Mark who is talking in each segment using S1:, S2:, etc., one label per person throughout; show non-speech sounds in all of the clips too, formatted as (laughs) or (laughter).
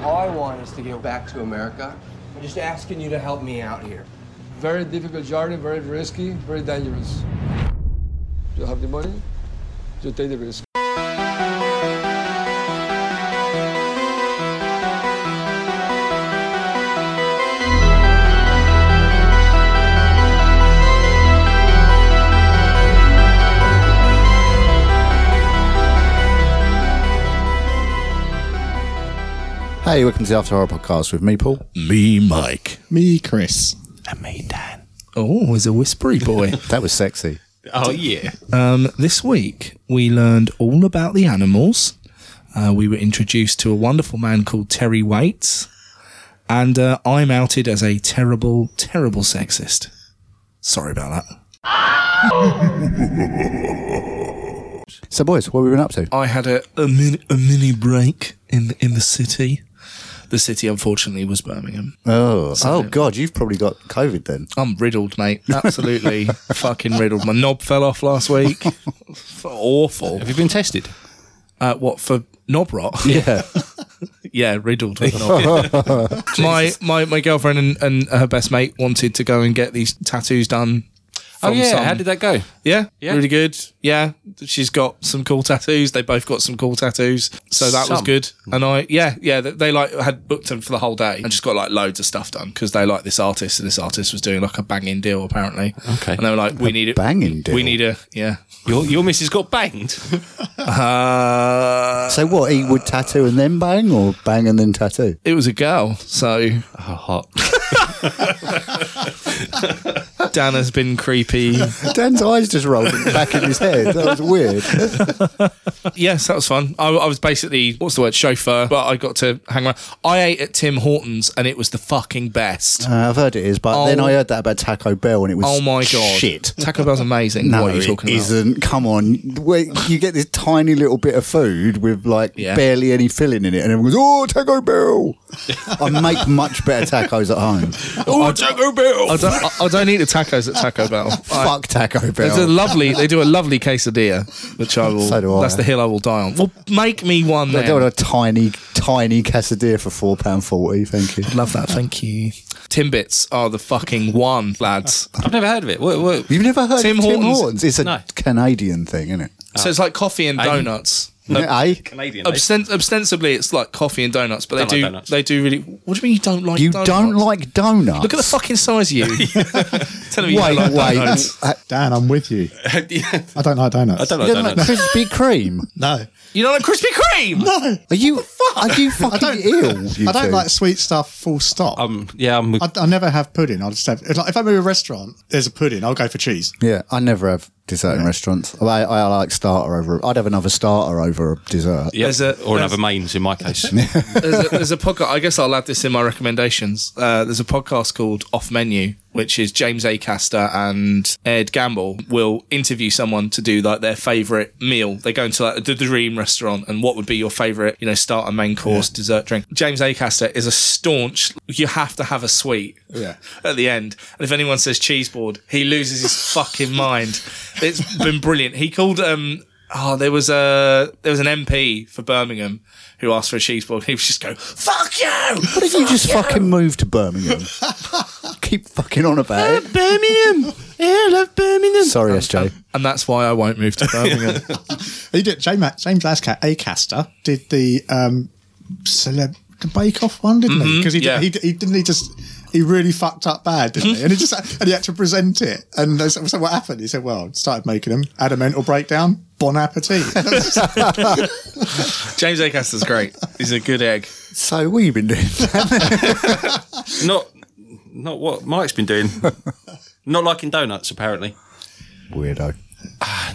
S1: All I want is to get back to America. I'm just asking you to help me out here.
S2: Very difficult journey, very risky, very dangerous. You have the money, you take the risk.
S3: Hey, welcome to the After Hour podcast with me, Paul.
S4: Me, Mike.
S5: Me, Chris.
S6: And me, Dan.
S4: Oh, he's a whispery (laughs) boy.
S3: That was sexy.
S6: Oh, yeah.
S4: um, this week, we learned all about the animals. Uh, we were introduced to a wonderful man called Terry Waits. And uh, I'm outed as a terrible, terrible sexist. Sorry about that.
S3: So, boys, what have we been up to?
S4: I had a, a, mini, a mini break in the, in the city. The city, unfortunately, was Birmingham.
S3: Oh, oh God, you've probably got COVID then.
S4: I'm riddled, mate. (laughs) Absolutely fucking riddled. My knob fell off last week. Awful.
S6: Have you been tested?
S4: Uh, what for knob rot? Yeah, (laughs) yeah, riddled with knob.
S6: (laughs)
S4: my my my girlfriend and, and her best mate wanted to go and get these tattoos done.
S6: Oh,
S4: from
S6: yeah.
S4: some-
S6: How did that go?
S4: yeah,
S6: Yeah.
S4: really good. Yeah, she's got some cool tattoos. They both got some cool tattoos, so that was
S6: Some.
S4: good. And I, yeah, yeah, they, they like had booked them for the whole day and just got like loads of stuff done because they like this artist and this artist was doing like a banging deal apparently.
S6: Okay.
S4: and they were like, we need it,
S3: banging deal?
S4: We need a yeah.
S6: Your, your missus got banged.
S4: Uh,
S3: So, what? He would tattoo and then bang, or bang and then tattoo?
S4: it was a girl, so
S6: Oh, hot.
S4: (laughs) Dan has been creepy.
S3: Dan's eyes just rolled back in his head. That was weird. Uh,
S4: yes, that was fun. I, I was basically what's the word chauffeur, but I got to hang around. I ate at Tim Hortons and it was the fucking best.
S3: Uh, I've heard it is, but
S4: Oh.
S3: then I heard that about Taco Bell and it was
S4: Oh my god!
S3: shit.
S4: Taco Bell's amazing.
S3: No,
S4: what are you
S3: it
S4: talking about?
S3: isn't. Come on, Wait, you get this tiny little bit of food with like
S4: Yeah.
S3: barely any filling in it, and everyone goes, "Oh, Taco
S4: (laughs)
S3: Bell!" I make much better tacos at home.
S4: Oh, Taco Bell! I don't, I, I don't eat the tacos at
S3: (laughs)
S4: Taco Bell.
S3: Oh,
S4: I-
S3: Fuck Taco
S4: There's a
S3: Bell.
S4: lovely. They do a lovely quesadilla, which I will.
S3: So do I.
S4: That's the hill I will die on. Well, make me one.
S3: I
S4: Then.
S3: don't want a tiny, tiny quesadilla for four pound forty. Thank you.
S4: Love that. Thank you. Timbits are the fucking one, lads.
S6: I've never heard of it. What, what?
S3: You've never heard
S4: Tim
S3: of Tim
S4: Hortons?
S3: Hortons? It's a
S6: No.
S3: Canadian thing, isn't it?
S4: So it's like coffee and donuts.
S3: Eh?
S6: Canadian.
S4: Obsten- ostensibly, it's like coffee and donuts, but they
S6: Don't like
S4: do
S6: donuts.
S4: they do really. What do you mean you don't like?
S3: You
S4: donuts?
S3: don't like donuts.
S4: Look at the fucking size
S3: (laughs)
S4: of you. Tell me you
S3: Wait,
S4: don't like
S3: wait.
S4: donuts.
S3: Uh,
S5: Dan, I'm with you.
S6: (laughs)
S5: I don't like donuts.
S6: I don't
S3: you
S6: like
S3: don't like
S6: donuts.
S3: Krispy Kreme.
S5: No.
S4: You don't like Krispy Kreme.
S5: No.
S3: Are you? Are you
S5: I
S3: fucking
S4: (laughs)
S5: don't,
S3: ill? You
S5: (laughs) I don't
S3: two?
S5: like sweet stuff, full stop.
S6: Um, yeah, I'm with
S5: I, I never have pudding. I'll just have, if, like, if I'm at a restaurant, there's a pudding, I'll go for cheese.
S3: Yeah, I never have dessert in restaurants. I, I like starter over. I'd have another starter over a dessert.
S6: yeah,
S4: There's a-
S6: or another mains in
S3: (laughs)
S6: my case.
S4: there's, a, there's a podcast. I guess I'll add this in my recommendations. Uh, there's a podcast called Off Menu, which is James Acaster and Ed Gamble will interview someone to do like their favorite meal. They go into like the dream restaurant and what would be your favorite, you know, starter, main course, dessert, drink. James Acaster is a staunch. You have to have a sweet.
S5: Yeah.
S4: At the end, and if anyone says cheese board, he loses his fucking mind. It's been brilliant. He called um Oh, there was a there was an MP for Birmingham who asked for a cheese board. He was just go fuck you.
S3: What if you just fucking move to
S4: (laughs)
S3: Birmingham? Keep fucking on about it.
S6: Birmingham. Yeah, I love Birmingham.
S3: Sorry,
S4: (laughs)
S3: SJ.
S4: And that's why I won't move to Birmingham.
S5: He did, James, James Lascat, Acaster, did the um, celeb bake off one, didn't
S6: Mm-hmm.
S5: he? Because he, did-
S4: yeah.
S5: he, he didn't he just. He really fucked up bad, didn't he? And he just and he had to present it. And they said, so what happened? He said, "Well, started making him had a mental breakdown. Bon
S4: (laughs)
S5: appetit." (laughs)
S4: James Acaster's great. He's a good egg.
S3: So what you been doing? (laughs)
S6: Not, not what Mike's
S3: (laughs)
S6: been doing. not liking donuts, apparently.
S3: Weirdo.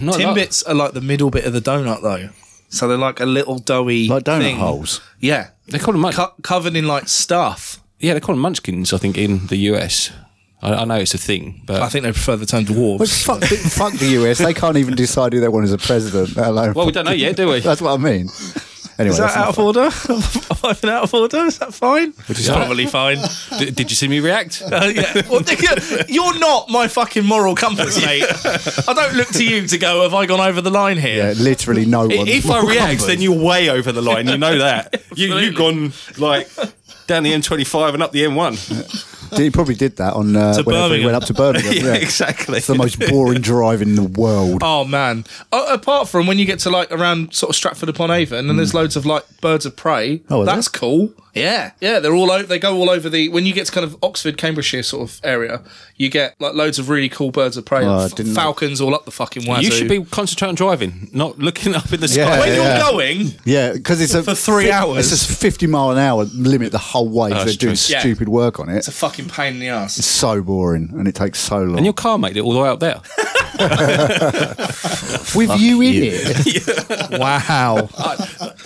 S6: Not
S4: (laughs)
S6: like-
S4: Timbits are like the middle bit of the donut though, so they're like a little doughy
S3: Like donut
S4: thing.
S3: holes.
S4: Yeah,
S6: They call them munch-
S4: Co- covered in like stuff.
S6: yeah, they call them munchkins. I think in the US, I, I know it's a thing, but
S4: I think they prefer the term
S3: But
S4: dwarves.
S3: fuck, the, fuck the US. They can't even decide who they want as a president. let alone- (laughs)
S6: well, we don't know yet, do we?
S3: That's what I mean. Anyway,
S4: Is that
S3: that's
S4: out of
S3: enough.
S4: order? (laughs) Have I been out of order? Is that fine? Which is probably fine.
S6: D- (laughs) did you see me (laughs) react?
S4: Uh, (laughs) yeah. Well, yeah, you're not my fucking moral compass, mate. I don't look to you to go, have I gone over the line here?
S3: Yeah, literally no one. (laughs)
S6: if I react, then you're way over the line. You know (laughs) that. you, you've gone like down the M25 and up the M1.
S3: he probably did that on uh, whenever
S4: To
S3: he
S4: Birmingham.
S3: went up to
S6: (laughs)
S3: Birmingham.
S6: Yeah,
S3: yeah.
S6: exactly.
S3: It's the most boring drive in the world.
S4: Oh man! Uh, apart from when you get to like around sort of Stratford upon Avon, and then there's loads of like birds of prey.
S3: Mm. Oh, are there?
S4: that's cool. Yeah, yeah, they're all over. They go all over the. When you get to kind of Oxford, Cambridgeshire sort of area, you get like loads of really cool birds of prey.
S3: Oh, I
S4: F-
S3: didn't know.
S4: falcons all up the fucking wazoo.
S6: You should be concentrating on driving, not looking (laughs) up in the
S3: Yeah.
S6: sky.
S4: When
S3: Yeah.
S4: you're going,
S3: Yeah, because it's a
S4: For three
S3: fi-
S4: hours.
S3: It's just fifty mile an hour limit the whole way. 'cause they're
S6: Oh, that's
S3: doing
S6: true.
S4: Yeah.
S3: stupid work on it.
S4: it's a fucking pain in the ass.
S3: so boring, and it takes so long.
S6: And your car made it all the way up there.
S3: With you in
S6: (laughs)
S3: it, wow.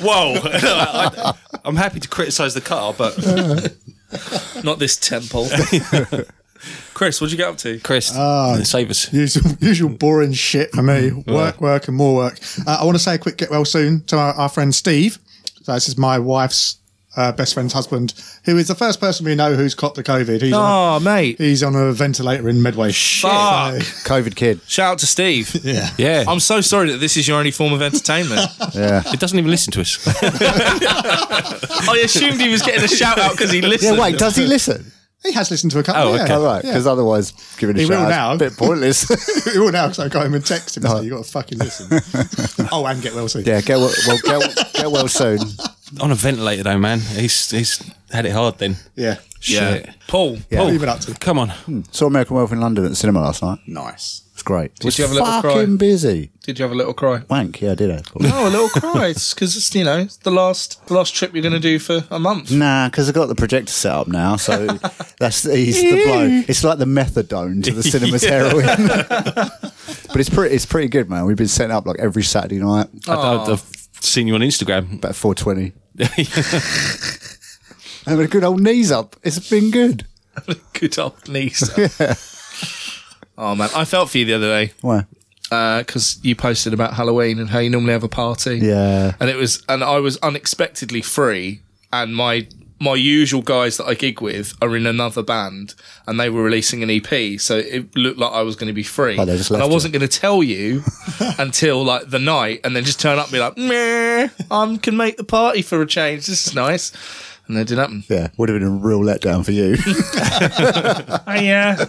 S6: Whoa. I, am happy to criticise the car, but
S4: (laughs) Not this temple. (laughs) Chris, what'd you get up to?
S6: (laughs) Chris,
S3: Ah.
S6: save us.
S5: Usual, (laughs) usual boring shit for me.
S4: Mm.
S5: Work, work, and more work. Uh, I want to say a quick get well soon to our, our friend Steve. So this is my wife's uh, best friend's husband, who is the first person we know who's caught the COVID. He's, on,
S4: Oh, mate.
S5: a, he's on a ventilator in Medway.
S4: Fuck.
S3: COVID kid.
S4: Shout out to (laughs) Steve.
S5: Yeah.
S6: Yeah.
S4: I'm so sorry that this is your only form of entertainment.
S6: (laughs)
S3: Yeah.
S6: it doesn't even listen to us.
S4: (laughs) I assumed he was getting a shout out because he
S3: Yeah.
S4: listened.
S3: Wait. Does he listen?
S5: He has listened to a couple.
S6: Oh,
S5: yeah.
S6: okay.
S3: All right. Because otherause, giving a
S5: He will
S3: shout out's
S5: now.
S3: a bit pointless. (laughs)
S5: (laughs) He will now because I got him a text him. So you got to fucking listen. oh, and get well soon.
S3: Oh. yeah. Get well. well get, get well soon.
S6: on a ventilator, though, man. He's he's had it hard then.
S5: Yeah.
S4: Yeah.
S6: Shit.
S4: Paul.
S5: What have you been up to?
S6: Come on.
S3: Saw American Wealth in London at the cinema last night.
S5: Nice.
S3: It's great. Did
S4: you have a little cry?
S3: Fucking busy.
S4: Did you have a little cry?
S3: Wank. Yeah, I did. I thought.
S4: Oh, a little cry. It's because it's you know it's the last the last trip you're going to do for a month.
S3: Nah, because I've got the projector set up now, so that's he's the blow. It's like the methadone
S4: (laughs)
S3: to the cinema's heroin. (laughs) but it's pretty, it's pretty good, man. We've been setting up like every Saturday night,
S6: I, I, I've seen you on Instagram.
S3: about four twenty. Having a good old knees up. It's been good.
S4: (laughs) Good old knees. (laughs) Oh man, I felt for you the other day
S3: Why?
S4: because uh, you posted about Halloween and how you normally have a party.
S3: Yeah.
S4: and it was and I was unexpectedly free, and my my usual guys that I gig with are in another band, and they were releasing an EP, so it looked like I was going to be free,
S3: Oh, they just
S4: and I
S3: left you.
S4: wasn't going to
S3: (laughs)
S4: tell you until like the night, and then just turn up and be like, "Meh, I can make the party for a change. This is nice." And that didn't happen.
S3: Yeah, would have been a real letdown for
S4: (laughs)
S3: you.
S4: Oh, yeah.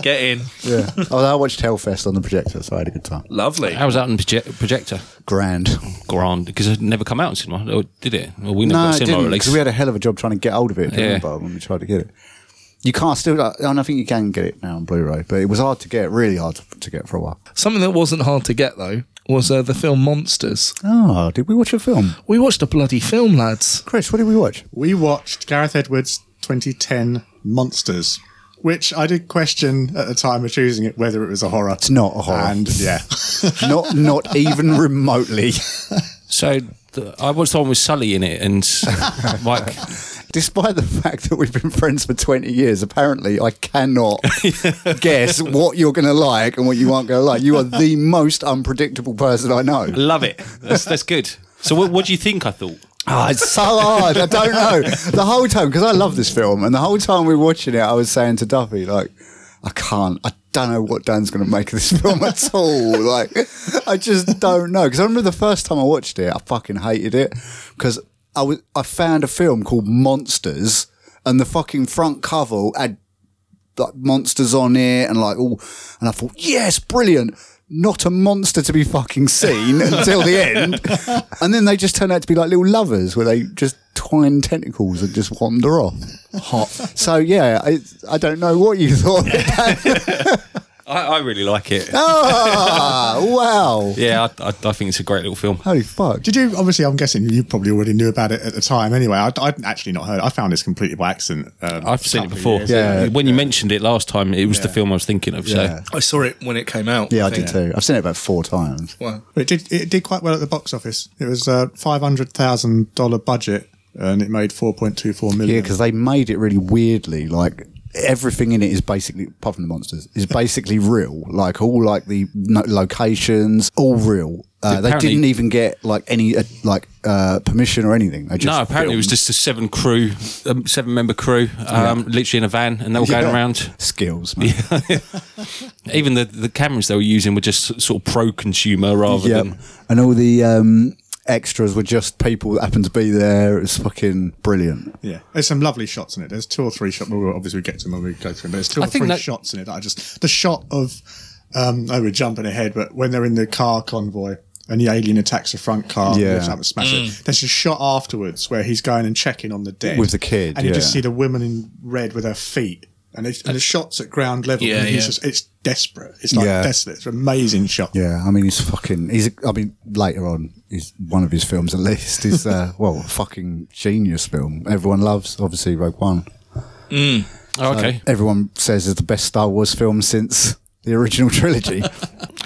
S4: (laughs) Get in.
S3: yeah. Oh, I watched Hellfest on the projector, so I had a good time.
S4: Lovely.
S6: How was that on proje- projector?
S3: Grand.
S6: Grand, because it never come out in cinema, or did it? Well, we never
S3: No,
S6: got
S3: it
S6: cinema
S3: didn't.
S6: release.
S3: Because we had a hell of a job trying to get hold of it. Didn't
S6: Yeah.
S3: we, Bob, when we tried to get it, you can't still. Like, and I think you can get it now on Blu-ray, but it was hard to get. Really hard to, to get for a while.
S4: Something that wasn't hard to get though was uh, the film Monsters.
S3: Oh, did we watch a film,
S4: We watched a bloody film, lads.
S3: Chris? What did we watch?
S5: We watched Gareth Edwards' 2010 Monsters, which I did question at the time of choosing it whether it was a horror. It's
S3: not a horror. (laughs)
S5: And
S6: (laughs)
S5: yeah,
S3: not, not even remotely. (laughs)
S6: So the, I watched the one with Sully in it, and
S3: (laughs)
S6: Mike.
S3: Despite the fact that we've been friends for twenty years, apparently I (laughs) cannot guess what you're going to like and what you aren't going to like. You are the most unpredictable person I know.
S6: Love it. That's, that's good. So what, what do you think I thought?
S3: Ah, it's so hard. I don't know. The whole time, because I love this film, and the whole time we were watching it, I was saying to Duffy, like, I can't. I don't know what Dan's going to make of this film at all. (laughs) Like, I just don't know. Because I remember the first time I watched it, I fucking hated it because I was I found a film called Monsters, and the fucking front cover had like monsters on it and like all and I thought, yes, brilliant. Not a monster to be fucking seen until the end. And then they just turn out to be like little lovers where they just twine tentacles and just wander off. Hot. So yeah, I, I don't know what you thought.
S6: I, I really like it.
S3: ah, wow.
S6: Yeah, I, I, I think it's a great little film.
S3: Holy fuck.
S5: did you? Obviously, I'm guessing you probably already knew about it at the time. Anyway, I, would actually not heard. I found this completely by accident. Um,
S6: I've seen it before.
S3: Yeah.
S6: When you mentioned it last time, it was the film I was thinking of. So
S3: Yeah.
S4: I saw it when it came out.
S3: Yeah, I did too. I've seen it about four times.
S4: Wow.
S5: but it did. It did quite well at the box office. It was a five hundred thousand dollar budget, and it made four point two four
S3: Yeah,
S5: million.
S3: because they made it really weirdly. Like everything in it is basically, apart from the monsters, is basically real. Like all like the no- locations, all real. Uh, they
S6: Apparently-
S3: didn't even get like any uh, like uh, permission or anything. They just
S6: no, apparently it was just a seven crew, um, seven member crew, um, literally in a van, and they were going
S3: Yeah.
S6: around.
S3: skills, man.
S6: Even the, the cameras they were using were just sort of pro consumer
S3: (laughs)
S6: rather
S3: Yeah,
S6: than.
S3: and all the um, extras were just people that happened to be there. It was fucking brilliant.
S5: Yeah, there's some lovely shots in it. There's two or three shots. We'll obviously get to them when we go through. Them, but there's two
S6: I
S5: or
S6: think
S5: three
S6: that-
S5: shots in it that I just the shot of. Um, oh, we're jumping ahead, but when they're in the car convoy and the alien attacks the front car,
S3: Yeah.
S5: yeah, up and smash
S4: Mm.
S5: it. There's a shot afterwards where he's going and checking on the dead
S3: With the kid,
S5: and you just
S3: yeah.
S5: see the women in red with her feet. And, it's, and the shots at ground level,
S4: Uh, Yeah,
S5: and he's
S4: yeah.
S5: just, it's desperate. It's like
S3: Yeah.
S5: desolate. It's an amazing shot.
S3: Yeah, I mean, he's fucking. He's. I mean, later on, he's one of his films at least is uh, (laughs) well, a fucking genius film. Everyone loves, obviously, Rogue One.
S6: Oh, okay.
S3: Everyone says it's the best Star Wars film since the original trilogy.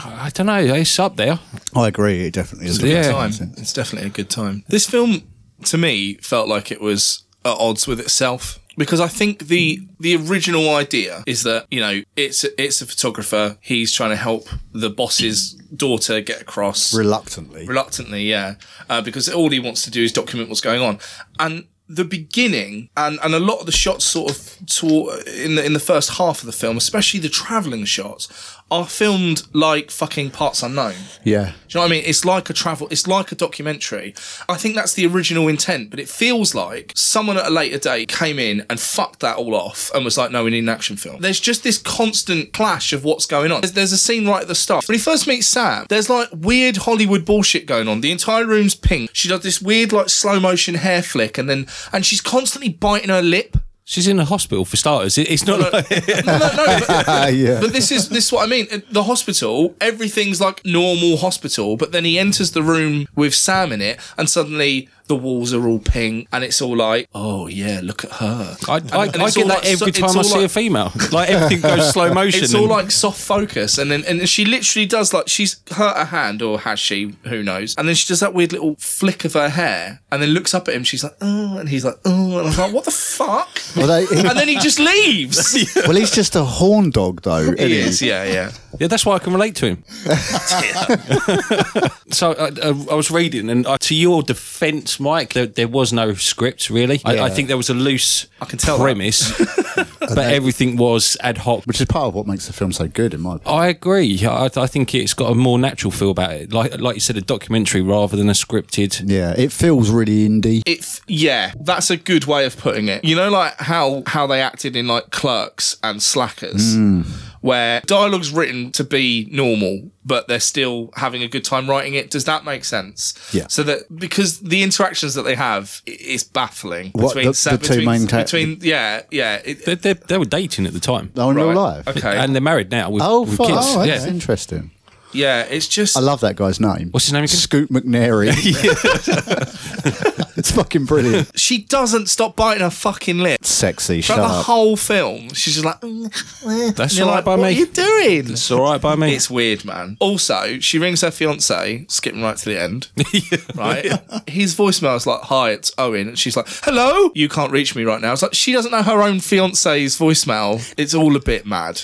S6: I don't know. It's up there.
S3: I agree. It definitely is. the
S6: Yeah.
S3: best.
S4: time. It's definitely a good time. This film, to me, felt like it was at odds with itself because I think the the original idea is that you know it's it's a photographer. He's trying to help the boss's daughter get across
S3: Reluctantly.
S4: reluctantly, yeah, uh, because all he wants to do is document what's going on. And the beginning, and, and a lot of the shots, sort of toward, in the in the first half of the film, especially the traveling shots, are filmed like fucking parts unknown.
S3: yeah.
S4: Do you know what I mean? It's like a travel, it's like a documentary. I think that's the original intent, but it feels like someone at a later date came in and fucked that all off and was like, no, we need an action film. There's just this constant clash of what's going on. There's, there's a scene right at the start. When he first meets Sam, there's like weird Hollywood bullshit going on. The entire room's pink. She does this weird, like, slow motion hair flick and then, and she's constantly biting her lip.
S6: She's in the hospital for starters. It, it's not (laughs) like.
S4: No, no, no, but-
S3: yeah.
S4: but this is this is what I mean. At The hospital, everything's like normal hospital, but then he enters the room with Sam in it, and suddenly the walls are all pink, and it's all like, oh yeah, look at her.
S6: I, I,
S4: and
S6: I
S4: it's
S6: get
S4: all
S6: that
S4: like- so-
S6: every
S4: it's
S6: time I
S4: all
S6: see
S4: like-
S6: a female. Like everything
S4: (laughs)
S6: goes slow motion.
S4: It's all like soft focus, and then and she literally does like she's hurt her hand, or has she? Who knows? And then she does that weird little flick of her hair, and then looks up at him. She's like, oh, and he's like, oh, and I was like, what the fuck?
S3: Well, they-
S4: (laughs) and then he just leaves.
S3: Well, he's just a horn dog, though. isn't
S4: He
S3: he?
S4: is, yeah, yeah.
S6: Yeah, that's why I can relate to him. so I, I was reading, and I, to your defence, Mike, there, there was no script really. I, I think there was a loose I
S4: can tell that.
S6: premise, but everything was ad hoc.
S3: Which is part of what makes the film so good, in my opinion.
S6: I agree. I, I think it's got a more natural feel about it, like like you said, a documentary rather than a scripted.
S3: Yeah, it feels really indie.
S4: It f- yeah, that's a good way of putting it. You know, like how how they acted in like Clerks and Slackers,
S3: Hmm.
S4: where dialogue's written to be normal, but they're still having a good time writing it. Does that make sense?
S3: Yeah.
S4: So that because the interactions that they have i- is baffling
S3: What, the-
S4: Sa-
S3: the two
S4: between,
S3: main characters?
S4: between yeah yeah it,
S6: They, they, they were dating at the time,
S3: Oh, in real
S4: (laughs) right.
S3: life.
S4: okay
S6: and they're married now with,
S3: Oh,
S6: with
S3: fuck.
S6: kids.
S3: Oh, that's
S6: yeah.
S3: interesting.
S4: yeah it's just
S3: I love that guy's name.
S6: What's his name again?
S3: Scoot McNairy. (laughs) it's fucking brilliant.
S4: she doesn't stop biting her fucking lip.
S3: Sexy. Shut
S4: Throughout the
S3: up.
S4: whole film, she's just like, "Mm, eh,"
S6: That's
S4: and you're
S6: all right
S4: like,
S6: by
S4: what
S6: me.
S4: are you doing?
S6: It's all right by me.
S4: It's weird, man. Also, she rings her fiance, skipping right to the end.
S6: (laughs)
S4: Right? His voicemail's like, Hi, it's Owen. And she's like, Hello? You can't reach me right now. It's like, she doesn't know her own fiance's voicemail. It's all a bit
S6: (laughs)
S4: mad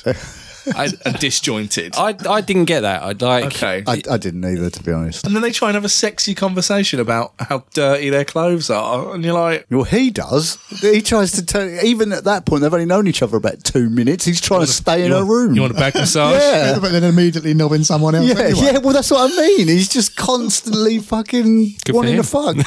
S6: I,
S4: and disjointed.
S6: I I didn't get that. I'd like.
S4: okay.
S3: I, I didn't either, to be honest.
S4: and then they try and have a sexy conversation about how dirty their clothes are. And you're like,
S3: Well, he does. He tries to tell. Even at that point, they've only known each other about two minutes. He's trying to stay in her room.
S4: You want a back massage?
S3: yeah.
S5: But then immediately knobbing someone else.
S3: Yeah,
S5: anyway.
S3: yeah, well, that's what I mean. He's just constantly fucking
S6: Good for
S3: wanting to
S6: him.
S3: fuck,
S4: (laughs)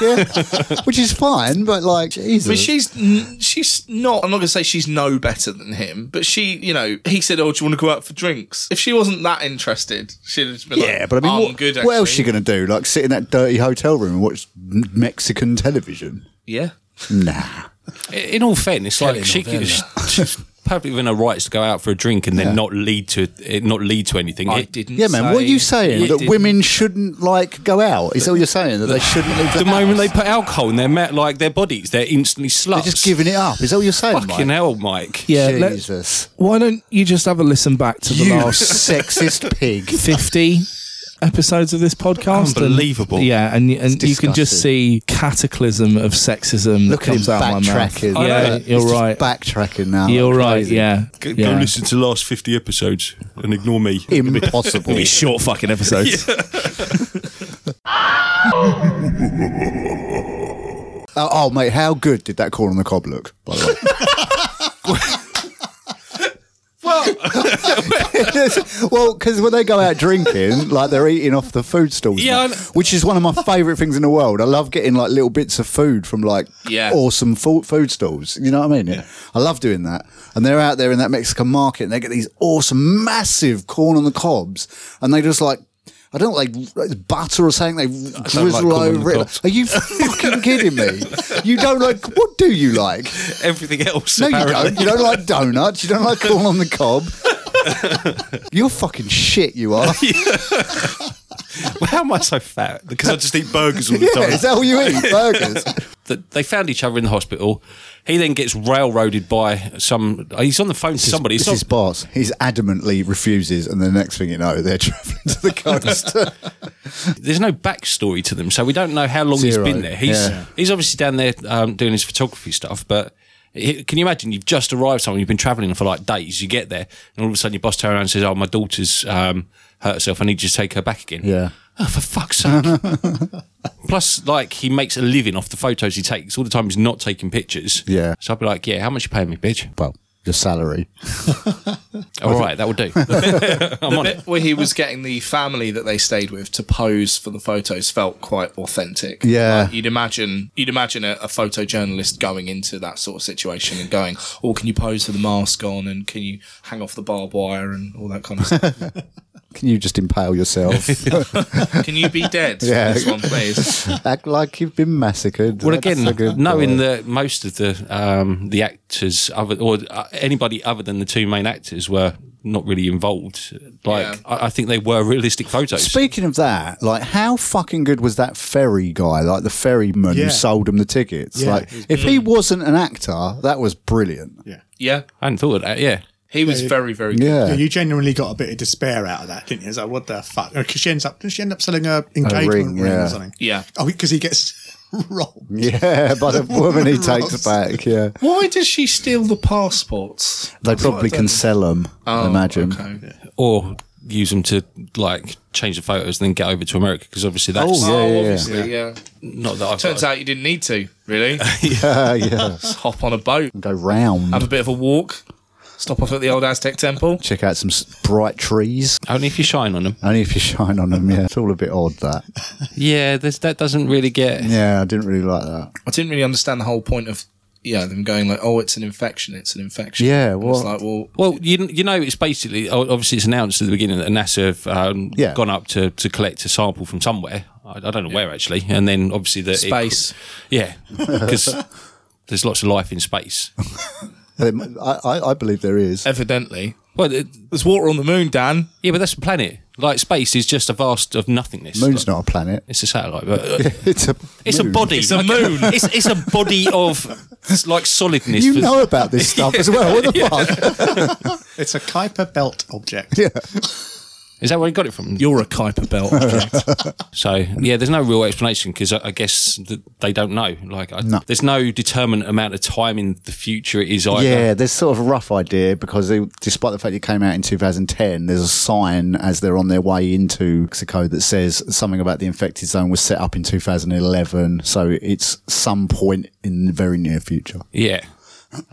S3: yeah. Which is fine, but like, Jesus.
S4: But she's n- she's not. I'm not gonna say she's no better than him, but she, you know, he said, "Oh, do you want to go out for drinks?" If she wasn't that interested, she'd have just been like, "Oh,
S3: yeah, but I mean,
S4: I'm
S3: what,
S4: good."
S3: what else she
S4: actually."
S3: going to do? Like, sit in that dirty hotel room and watch m- Mexican television?
S4: Yeah.
S3: Nah.
S6: In all fairness, like she, she, (laughs) she's perfectly within her rights to go out for a drink and then not lead to it, not lead to anything.
S4: I
S6: It-
S4: didn't.
S3: Yeah, man, what are you saying?
S4: You
S3: that
S4: didn't-
S3: women shouldn't, like, go out? Is that what you're saying? That they shouldn't leave
S6: the moment they put alcohol in their mouth, like their bodies, they're instantly sluts.
S3: They're just giving it up. Is that what you're saying,
S6: fucking
S3: Mike?
S6: hell, Mike.
S4: Yeah, let-
S3: Jesus.
S4: Why don't you just have a listen back to the
S3: You
S4: last
S3: sexist
S4: (laughs)
S3: pig.
S4: fifty? Episodes of this podcast, and-
S6: Unbelievable.
S4: yeah, and and you can just
S3: disgusting.
S4: see cataclysm of sexism
S3: Look
S4: that
S3: at him
S4: comes out of my mouth.
S3: backtracking.
S4: Yeah,
S3: He's
S4: you're
S3: just
S4: right.
S3: Backtracking now.
S4: You're
S3: Like
S4: right.
S3: crazy.
S4: Yeah, yeah.
S6: to the last fifty episodes and ignore me.
S3: Impossible.
S6: (laughs)
S4: Short fucking episodes.
S3: Uh, oh, mate, how good did that corn on the cob look? By the way,
S4: (laughs)
S6: Well,
S3: (laughs) well, because when they go out drinking, like they're eating off the food stalls,
S4: Yeah,
S3: now,
S4: I kn-
S3: which is one of my favourite things in the world. I love getting like little bits of food from like
S4: Yeah.
S3: awesome fo- food stalls. You know what I mean? I love doing that. And they're out there in that Mexican market, and they get these awesome, massive corn on the cobs, and they just like. I don't know, like butter or something. They drizzle
S4: corn on the
S3: over
S4: cobs.
S3: it. Are you fucking kidding me? You don't like. What do you like?
S6: everything else.
S3: No, you
S6: apparently.
S3: don't. You don't like donuts. You don't like corn on the cob. You're fucking shit. (laughs) You are.
S6: Well, (laughs) how am I so fat? Because I just eat burgers all the
S3: (laughs) Yeah,
S6: time.
S3: is that all you eat? (laughs) Burgers.
S6: Th- they found each other in the hospital. He then gets railroaded by some. He's on the phone to somebody.
S3: This
S6: It's
S3: is boss. He's adamantly refuses, and the next thing you know, they're (laughs) traveling to the coast.
S6: not- (laughs) there's no backstory to them, so we don't know how long
S3: Zero,
S6: he's been there. He's
S3: yeah.
S6: he's obviously down there um, doing his photography stuff, but. he- Can you imagine? You've just arrived somewhere. You've been travelling for like days. You get there, and all of a sudden your boss turns around and says, "Oh, my daughter's um, hurt herself. I need you to take her back again."
S3: Yeah.
S6: Oh, for
S3: (laughs)
S6: fuck's sake! Plus, like he makes a living off the photos he takes all the time. He's not taking pictures.
S3: Yeah.
S6: So I'd be like, "Yeah, how much you paying me, bitch?"
S3: well, your salary.
S6: All right, that
S3: (laughs)
S6: will do. (laughs) I'm on it.
S4: bit where he was getting the family that they stayed with to pose for the photos felt quite authentic.
S3: Yeah.
S4: Like, you'd imagine you'd imagine a, a photojournalist going into that sort of situation and going, "Oh, can you pose with the mask on and can you hang off the barbed wire and all that kind
S3: (laughs)
S4: of stuff?
S3: Can you just impale (laughs) yourself?
S4: can you be dead?
S3: Yeah.
S4: For this one, please.
S3: Act like you've been massacred.
S6: Well,
S3: That's a good
S6: again, knowing
S3: boy.
S6: that most of the um, the actors, other, or uh, anybody other than the two main actors, were not really involved. Like,
S4: Yeah.
S6: I, I think they were realistic photos.
S3: Speaking of that, like how fucking good was that ferry guy? Like the ferryman
S5: Yeah.
S3: who sold him the tickets.
S5: Yeah.
S3: Like if he wasn't an actor, that was brilliant.
S5: Yeah.
S4: Yeah.
S6: I hadn't thought of that. Yeah,
S4: He was very, very good.
S3: Yeah.
S5: Yeah, you genuinely got a bit of despair out of that, didn't you? It's like, what the fuck? Because she ends up, does she end up selling her engagement
S3: ring,
S5: ring,
S3: yeah.
S5: or something?
S4: Yeah.
S5: Oh, because he gets (laughs) robbed.
S3: (laughs) Yeah, by the woman he takes
S5: Ross.
S3: back. Yeah,
S4: Why does she steal the passports?
S3: they probably can sell them. I imagine.
S4: Oh,
S3: Oh,
S4: Okay.
S6: or use them to like change the photos and then get over to America because obviously that's
S3: Oh, yeah,
S4: oh,
S3: yeah,
S4: obviously, yeah.
S6: not that I've
S4: Turns out you didn't need to, really.
S3: (laughs) yeah, yeah.
S4: (laughs) Just (laughs) hop on a boat,
S3: Go round,
S4: have a bit of a walk, stop off at the old Aztec temple.
S3: check out some s- bright trees.
S6: only if you shine on them.
S3: Only if you shine on them. Yeah, it's all a bit odd that.
S6: Yeah, there's, that doesn't really get.
S3: Yeah, I didn't really like that.
S4: I didn't really understand the whole point of yeah them going like oh it's an infection it's an infection
S3: Yeah,
S4: And
S3: what-
S4: it's like well
S6: Well, you you know, it's basically o- obviously it's announced at the beginning that NASA have um,
S3: Yeah.
S6: gone up to, to collect a sample from somewhere. I, I don't know where actually, and then obviously the it-
S4: Space.
S6: yeah, (laughs) because there's lots of life in space.
S3: Um, I, I, I believe there is.
S4: evidently
S6: Well, it,
S4: there's water on the moon Dan
S6: yeah, but that's the planet. Like space is just a vast of nothingness.
S3: Moon's not a planet. (laughs)
S6: It's a satellite, but. uh,
S3: It's a.
S6: It's a
S3: moon.
S6: body. It's
S4: a moon.
S6: (laughs) it's, it's a body of like solidness.
S3: You
S6: (laughs)
S3: know about this stuff as well. What the fuck?
S5: It's a Kuiper belt (laughs) object.
S6: Is that where he got it from?
S4: you're a Kuiper belt object.
S6: So yeah, there's no real explanation because I, I guess th- they don't know. Like, I,
S3: No.
S6: there's no determinate amount of time in the future it is either.
S3: Yeah, there's sort of a rough idea because they, despite the fact it came out in 2010, there's a sign as they're on their way into Mexico that says something about the infected zone was set up in 2011. So it's some point in the very near future.
S6: yeah.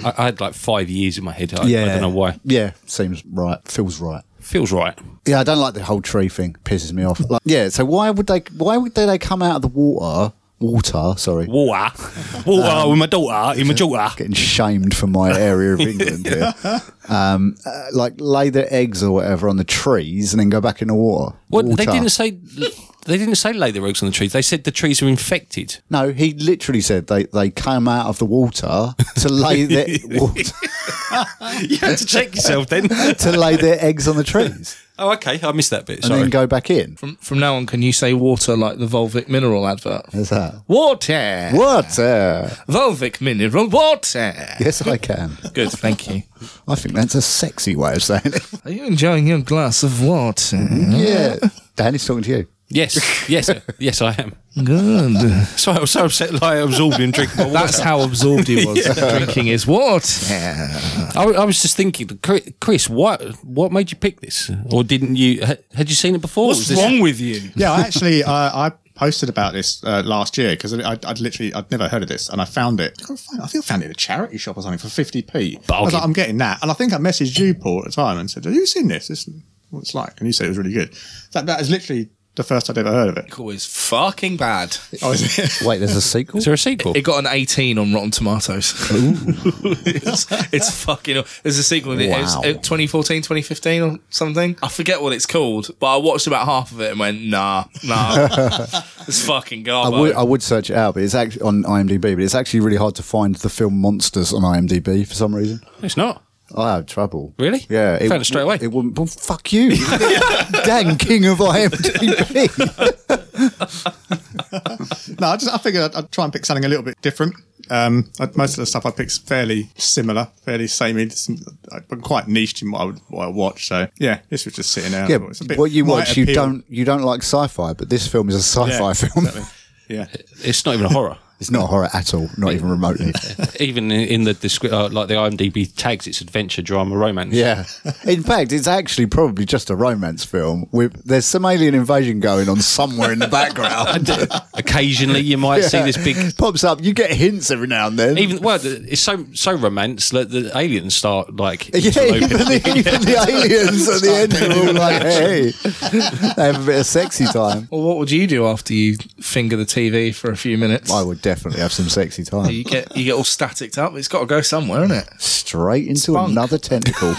S6: I, I had like five years in my head. I, I don't know why.
S3: Yeah, seems right. Feels right.
S6: Feels right.
S3: Yeah, I don't like the whole tree thing. Pisses me off. Like, yeah, so why would they? Why would they, they come out of the water? Water, sorry. (laughs)
S6: Water, water
S3: Um,
S6: with my daughter in my daughter.
S3: Getting shamed for my area
S6: (laughs)
S3: of England here. Um, uh, like lay their eggs or whatever on the trees and then go back in the water.
S6: What
S3: water.
S6: they didn't say. They didn't say lay the eggs on the trees. They said the trees are
S3: (laughs)
S6: infected.
S3: No, he literally said they they came out of the water to
S6: (laughs)
S3: lay their water,
S6: You had to check yourself then.
S3: to lay their eggs on the trees
S6: oh, okay. I missed that bit.
S3: and
S6: Sorry.
S3: then go back in.
S4: From now on, can you say water like the Volvic mineral advert?
S3: There's that.
S4: Water,
S3: Water.
S4: Volvic mineral water.
S3: Yes, I can.
S4: Good, thank you.
S3: I think that's a sexy way of saying
S6: (laughs)
S3: it.
S4: Are you enjoying your glass of water?
S3: Yeah. Danny's talking to you.
S6: yes, yes, yes. I
S3: (laughs)
S6: am.
S4: Good.
S6: So I was so upset. Like I absorbed in drinking my water.
S4: That's how absorbed
S3: (laughs)
S4: he was drinking his water.
S6: I, I was just thinking, Chri- Chris, what what made you pick this, or didn't you? ha- Had you seen it before? Was
S4: What's
S6: this-
S3: (laughs)
S4: wrong with you?
S5: Yeah, I actually, uh, I posted about this uh, last year because I'd, I'd literally I'd never heard of this and I found it. I, couldn't find it. I think I found it in a charity shop or something for fifty p. I was
S6: Bargain.
S5: like, I'm getting that, and I think I messaged you Paul at the time and said, "Have you seen this? This is what it's like?" And you said it was really good. That that is literally the first I'd ever heard of it. (laughs)
S4: Cool is fucking bad.
S5: Oh, is it?
S3: Wait, there's a sequel?
S6: Is there a sequel?
S4: It got an 18 on Rotten Tomatoes. (laughs) it's, it's fucking. There's a sequel. in It It was,
S3: Wow.
S4: uh, 2014, 2015, or something. I forget what it's called, but I watched about half of it and went, nah,
S3: (laughs)
S4: nah. it's fucking
S3: I
S4: garbage.
S3: would, I would search it out, but it's actually on IMDb. But it's actually really hard to find the film Monsters on IMDb for some reason.
S6: it's not.
S3: I had trouble.
S6: Really?
S3: Yeah.
S6: Found it straight away.
S3: It wouldn't. Well, fuck you, (laughs) dang king of
S6: (laughs)
S3: IMDb.
S5: No, I just I figured I'd, I'd try and pick something a little bit different. Um, I, most of the stuff I pick's fairly similar, fairly samey, some- but quite niched in what I would what I watch. So yeah, this was just sitting there.
S3: yeah.
S5: It's a bit-
S3: what you
S5: might
S3: watch, you
S5: appeal.
S3: don't you don't like sci-fi, but this film is a sci-fi
S5: Yeah,
S3: film.
S5: Yeah,
S6: It's not even a horror. (laughs)
S3: It's not horror at all, not even remotely.
S6: even in, in the descri- uh, like the IMDb tags, it's adventure, drama, romance.
S3: Yeah. In fact, it's actually probably just a romance film. With there's some alien invasion going on somewhere in the
S6: (laughs)
S3: background.
S6: Occasionally, you might see this big.
S3: (laughs) pops up. You get hints every now and then.
S6: Even well, the- it's so so romance. Like the aliens start like
S3: (laughs) Yeah, even
S6: interloping.
S3: the,
S6: (laughs)
S3: even the aliens at the end are all like, hey, they have a bit of sexy time.
S4: well, what would you do after you finger the TV for a few minutes?
S3: I would definitely have some sexy
S4: you
S3: time.
S4: get you get all staticked up. It's got to go somewhere, isn't it?
S3: Straight into
S4: Spunk.
S3: another tentacle.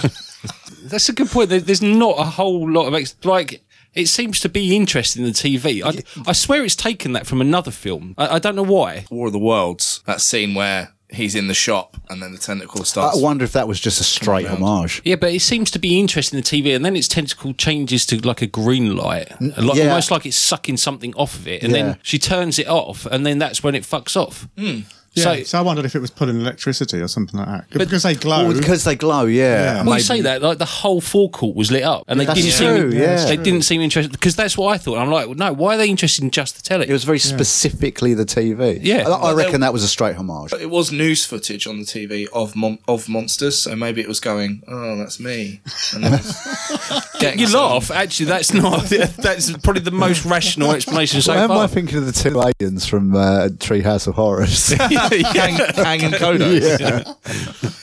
S6: That's a good point. There, there's not a whole lot of ex- like. It seems to be interesting in the TV. I, I swear it's taken that from another film. I, I don't know why.
S4: War of the Worlds. That scene where he's in the shop and then the tentacle
S3: I
S4: starts.
S3: wonder if that was just a straight homage.
S6: Yeah, but it seems to be interesting in the TV, and then its tentacle changes to like a green light, like,
S3: yeah.
S6: almost like it's sucking something off of it, and
S3: Yeah.
S6: then she turns it off, and then that's when it fucks off.
S5: yeah.
S6: So-
S5: So, I wondered if it was pulling electricity or something like that because they glow.
S3: Well, because they glow, yeah.
S6: Well, you say that like the whole forecourt was lit up, and they
S3: That's
S6: didn't
S3: true,
S6: seem
S3: yeah.
S6: they didn't seem interested because that's what I thought. I'm like, no, why are they interested in just the telly?
S3: It was very specifically the TV.
S6: Yeah.
S3: I, I
S4: But they-
S3: reckon that was a straight homage.
S4: it was news footage on the TV of mon- of monsters, so maybe it was going, "Oh, that's me."
S3: (laughs)
S4: And it was getting
S6: you
S4: some-
S6: laugh. Actually, that's not. (laughs) That's probably the most rational explanation so
S3: Why am I
S6: far.
S3: thinking of the two aliens from uh, Treehouse of Horrors? (laughs)
S4: Kang, Kang and Kodos.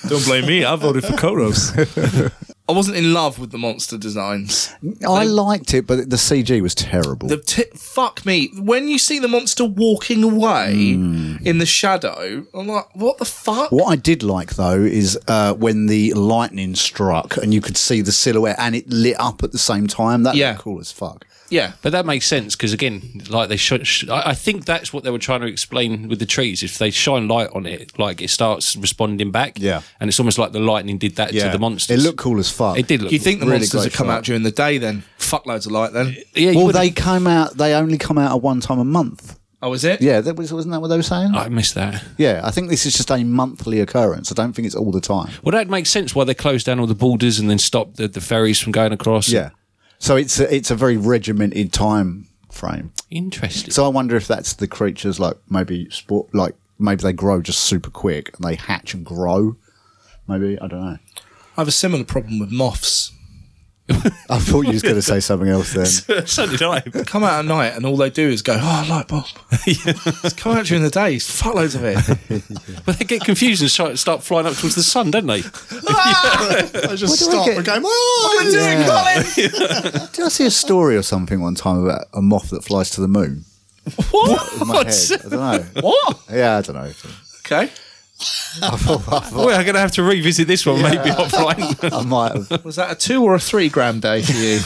S4: Don't blame me. I voted for Kodos. I wasn't in love with the monster designs.
S3: I liked it, but the CG was terrible.
S4: The t- fuck me. When you see the monster walking away in the shadow, I'm like, what the fuck?
S3: Hmm. What I did like though is uh, when the lightning struck and you could see the silhouette and it lit up at the same time. That
S4: Yeah.
S3: looked cool as fuck.
S4: Yeah.
S6: But that makes sense because again, like they should. Sh- I I think that's what they were trying to explain with the trees. If they shine light on it, like it starts responding back.
S3: Yeah.
S6: and it's almost like the lightning did that to the monsters.
S3: It looked cool as fuck.
S6: It did look.
S4: You think the
S3: Really
S4: monsters
S3: great
S4: would come
S3: shot.
S4: out during the day then? Fuck loads of light then.
S6: Yeah, you
S3: Well,
S6: would've-
S3: they come out. They only come out at one time a month.
S4: Oh, is it?
S3: Yeah, that was wasn't that what they were saying?
S6: I missed that.
S3: yeah, I think this is just a monthly occurrence. I don't think it's all the time.
S6: Well, that makes sense why they closed down all the borders and then stopped the, the ferries from going across.
S3: Yeah, so it's a, it's a very regimented time frame.
S6: Interesting. (laughs)
S3: So I wonder if that's the creatures like maybe sport like maybe they grow just super quick and they hatch and grow. Maybe I don't know.
S4: I have a similar problem with moths.
S3: I thought you was going to say something else
S4: (laughs)
S3: then.
S6: so did I.
S4: come out at night and all they do is go, oh,
S3: (laughs)
S4: light bulb. It's come out during the day, it's fuckloads of it.
S6: But they get confused and start, start flying up towards the sun, don't they?
S5: I just
S3: What do I
S5: stop
S3: get?
S5: and go, "Oh, I'm doing
S3: Yeah.
S5: Colin!"
S3: Did I see a story or something one time about a moth that flies to the moon? In my head. I don't know.
S6: (laughs) What?
S3: Yeah, I don't know.
S4: Okay.
S6: We're going to have to revisit this one maybe offline.
S3: I might have.
S4: (laughs) Was that a two or a three gram day for you?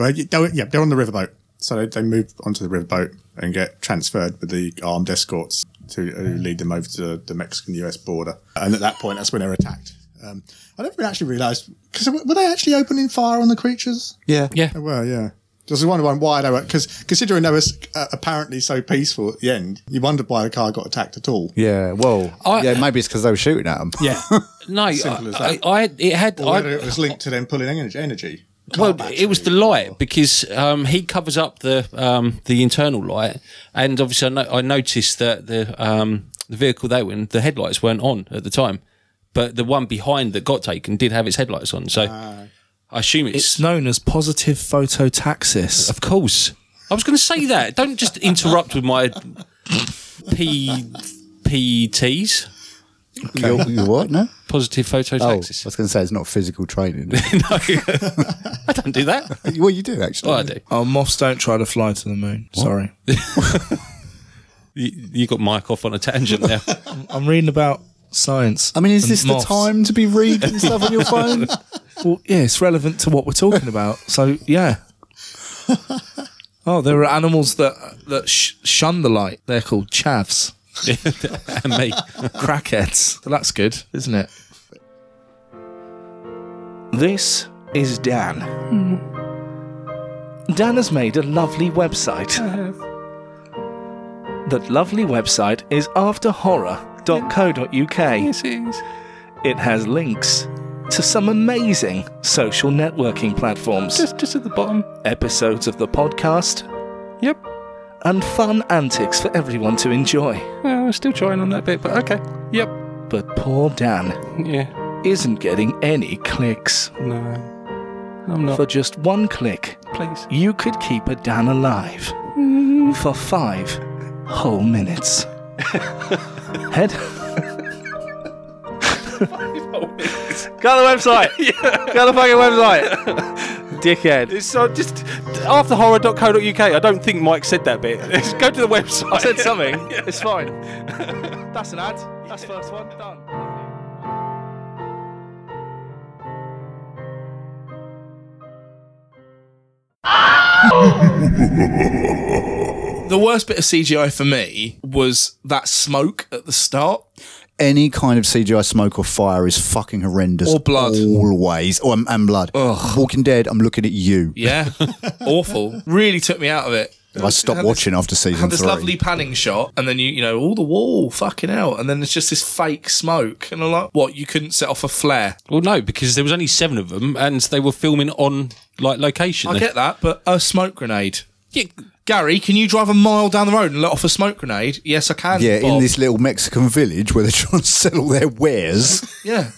S5: Well, you- they were- yeah, they're on the riverboat, so they, they move onto the riverboat and get transferred with the armed escorts to who lead them over to the Mexican-US border. And at that point, that's when they're attacked. Um, I never actually realised because were they actually opening fire on the creatures?
S3: (laughs) Yeah.
S6: yeah.
S5: They were, yeah. Just wondering why they were because considering they were uh, apparently so peaceful at the end, you wondered why the car got attacked at all.
S3: Yeah. Well,
S6: I-
S3: yeah, maybe it's because they were shooting at them. (laughs)
S5: Yeah,
S6: No, I,
S5: Simple as
S6: I,
S5: that.
S6: I, it had.
S5: or whether
S6: I,
S5: it was linked to them pulling energy. energy.
S6: well,
S5: Car
S6: it was the
S5: battery.
S6: light because um, he covers up the um, the internal light, and obviously I, no- I noticed that the um, the vehicle they were in, the headlights weren't on at the time, but the one behind that got taken did have its headlights on. So I assume
S3: (laughs)
S6: it's,
S4: known as positive phototaxis.
S6: of course. I was going to say that. Don't just interrupt with my P PTs,
S3: You- you what?
S4: (laughs)
S3: No.
S6: positive
S3: Oh, I
S6: phototaxis.
S3: was going to say it's not physical training. (laughs)
S6: (laughs) no, (laughs) I don't do that.
S3: well, you do actually.
S6: Well, I do.
S4: Oh, moths don't try to fly to the moon. Sorry.
S6: You, you got Mike off on a tangent there. (laughs)
S4: I'm reading about science.
S3: I mean, is
S4: and
S3: this
S4: moths.
S3: the time to be
S4: (laughs)
S3: reading stuff on your phone?
S4: Well, yeah, it's relevant to what we're talking about. So,
S3: (laughs)
S4: yeah. Oh, there are animals that that sh- shun the light. They're called chavs,
S6: and me.
S4: crackheads. So that's good, isn't it? This is Dan. Hmm. Dan has made a lovely website. That lovely website is afterhorror.co.uk.
S6: Yes, it is.
S4: It has links to some amazing social networking platforms,
S6: Just, just at the bottom.
S4: episodes of the podcast,
S6: Yep.
S4: and fun antics for everyone to enjoy.
S6: Well, I'm Uh, still trying on that bit, but okay. Yep.
S4: But poor Dan
S6: Yeah.
S4: isn't getting any clicks.
S6: No. I'm not.
S4: For just one click,
S6: Please. Mm-hmm.
S4: you could keep a Dan alive for five whole
S6: (laughs)
S4: minutes. Head. Go to the
S6: (laughs)
S4: website. Go to the fucking website. Dickhead.
S6: It's uh, just afterhorror.co.uk. I don't think Mike said that bit. (laughs) Go to the website.
S4: said
S6: (laughs)
S4: something. It's fine. That's an ad. That's first one done. The worst bit of CGI for me was that smoke at the start.
S3: Any kind of CGI smoke or fire is fucking horrendous.
S4: Or blood.
S3: Always. Or, and, and blood. Walking Dead, I'm looking at you.
S4: Yeah, awful. Really took me out of it.
S3: I stopped
S4: Had this-
S3: watching after season
S4: Had this
S3: three.
S4: lovely panning shot, and then you, you know, all the wall, fucking hell, and then there's just this fake smoke, and I'm like, what? You couldn't set off a flare?
S6: Well, no, because there was only seven of them, and they were filming on like location.
S4: I get that, but a smoke grenade.
S6: Yeah,
S4: Gary, can you drive a mile down the road and let off a smoke grenade? Yes, I can.
S3: yeah, in
S4: Bob.
S3: this little Mexican village where they're trying to sell all their wares.
S4: Yeah.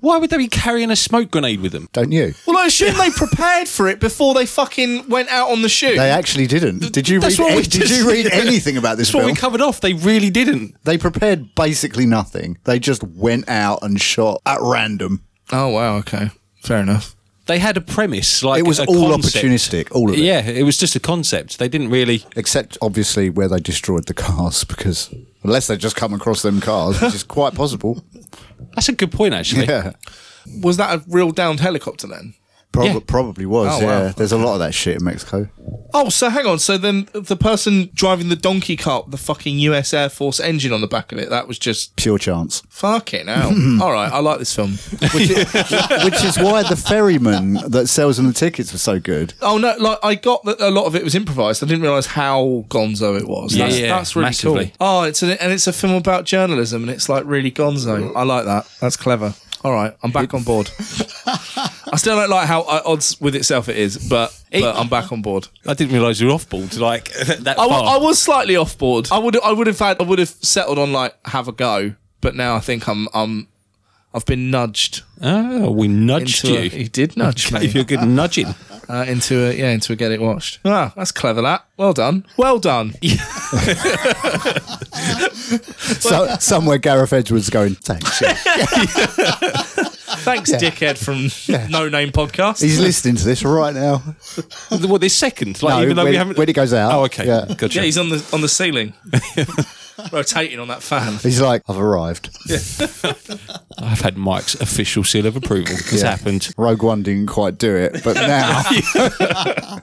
S6: why would they be carrying a smoke grenade with them?
S3: Don't you?
S4: Well, I assume they prepared for it before they fucking went out on the shoot.
S3: They actually didn't. Did you
S6: That's
S3: read?
S6: what
S3: any-
S6: we
S3: did
S6: just-
S3: you read anything about this
S6: That's what
S3: film?
S6: we covered off. They really didn't.
S3: they prepared basically nothing. They just went out and shot at random.
S4: oh wow. Okay. Fair enough.
S6: They had a premise. Like
S3: It was
S6: a
S3: all
S6: concept.
S3: opportunistic. All of it.
S6: Yeah, it was just a concept. They didn't really.
S3: except obviously where they destroyed the cars because unless they just come across them cars, which is quite possible.
S6: That's a good point, actually.
S3: Yeah,
S4: Was that a real downed helicopter then?
S3: Prob-
S6: Yeah.
S3: probably was.
S4: Oh,
S3: yeah,
S4: wow.
S3: there's a lot of that shit in Mexico.
S4: Oh, so hang on. So then the person driving the donkey cart, with the fucking U.S. Air Force engine on the back of it, that was just
S3: Pure chance,
S4: fucking hell. All right, I like this film.
S3: which is, which is why the ferryman that sells them the tickets was so good.
S4: Oh no! Like I got that a lot of it was improvised. I didn't realize how gonzo it was.
S6: Yeah,
S4: that's,
S6: yeah,
S4: that's really
S6: massively.
S4: cool. Oh, it's an, and it's a film about journalism, and it's like really gonzo. I like that. That's clever. All right, I'm back on board. I still don't like how at odds with itself it is, but, but I'm back on board.
S6: I didn't realise you were off board like (laughs) that
S4: I,
S3: Oh,
S6: far.
S4: w- I was slightly off board. I would I would have had I would have settled on like have a go, but now I think I'm I'm I've been nudged
S6: oh, we nudged
S4: into a,
S6: you.
S4: he did nudge
S6: (laughs)
S4: me.
S6: If you're good nudging,
S4: (laughs) uh, into a yeah into a get it watched. Ah, that's clever. That well done, well (laughs) done.
S3: So, somewhere Gareth Edwards going, thanks. yeah."
S4: Thanks, dickhead (laughs) from No Name Podcast.
S3: He's listening to this right now.
S6: what this second? Like
S3: No,
S6: Oh, even though
S3: when,
S6: we haven't.
S3: when it goes out.
S6: oh, okay.
S3: Yeah.
S6: Gotcha.
S4: yeah, he's on the on the ceiling, (laughs) rotating on that fan.
S3: He's like, I've arrived.
S6: I've had Mike's official seal of approval. It's
S3: Yeah.
S6: happened.
S3: Rogue One didn't quite do it, but now
S6: I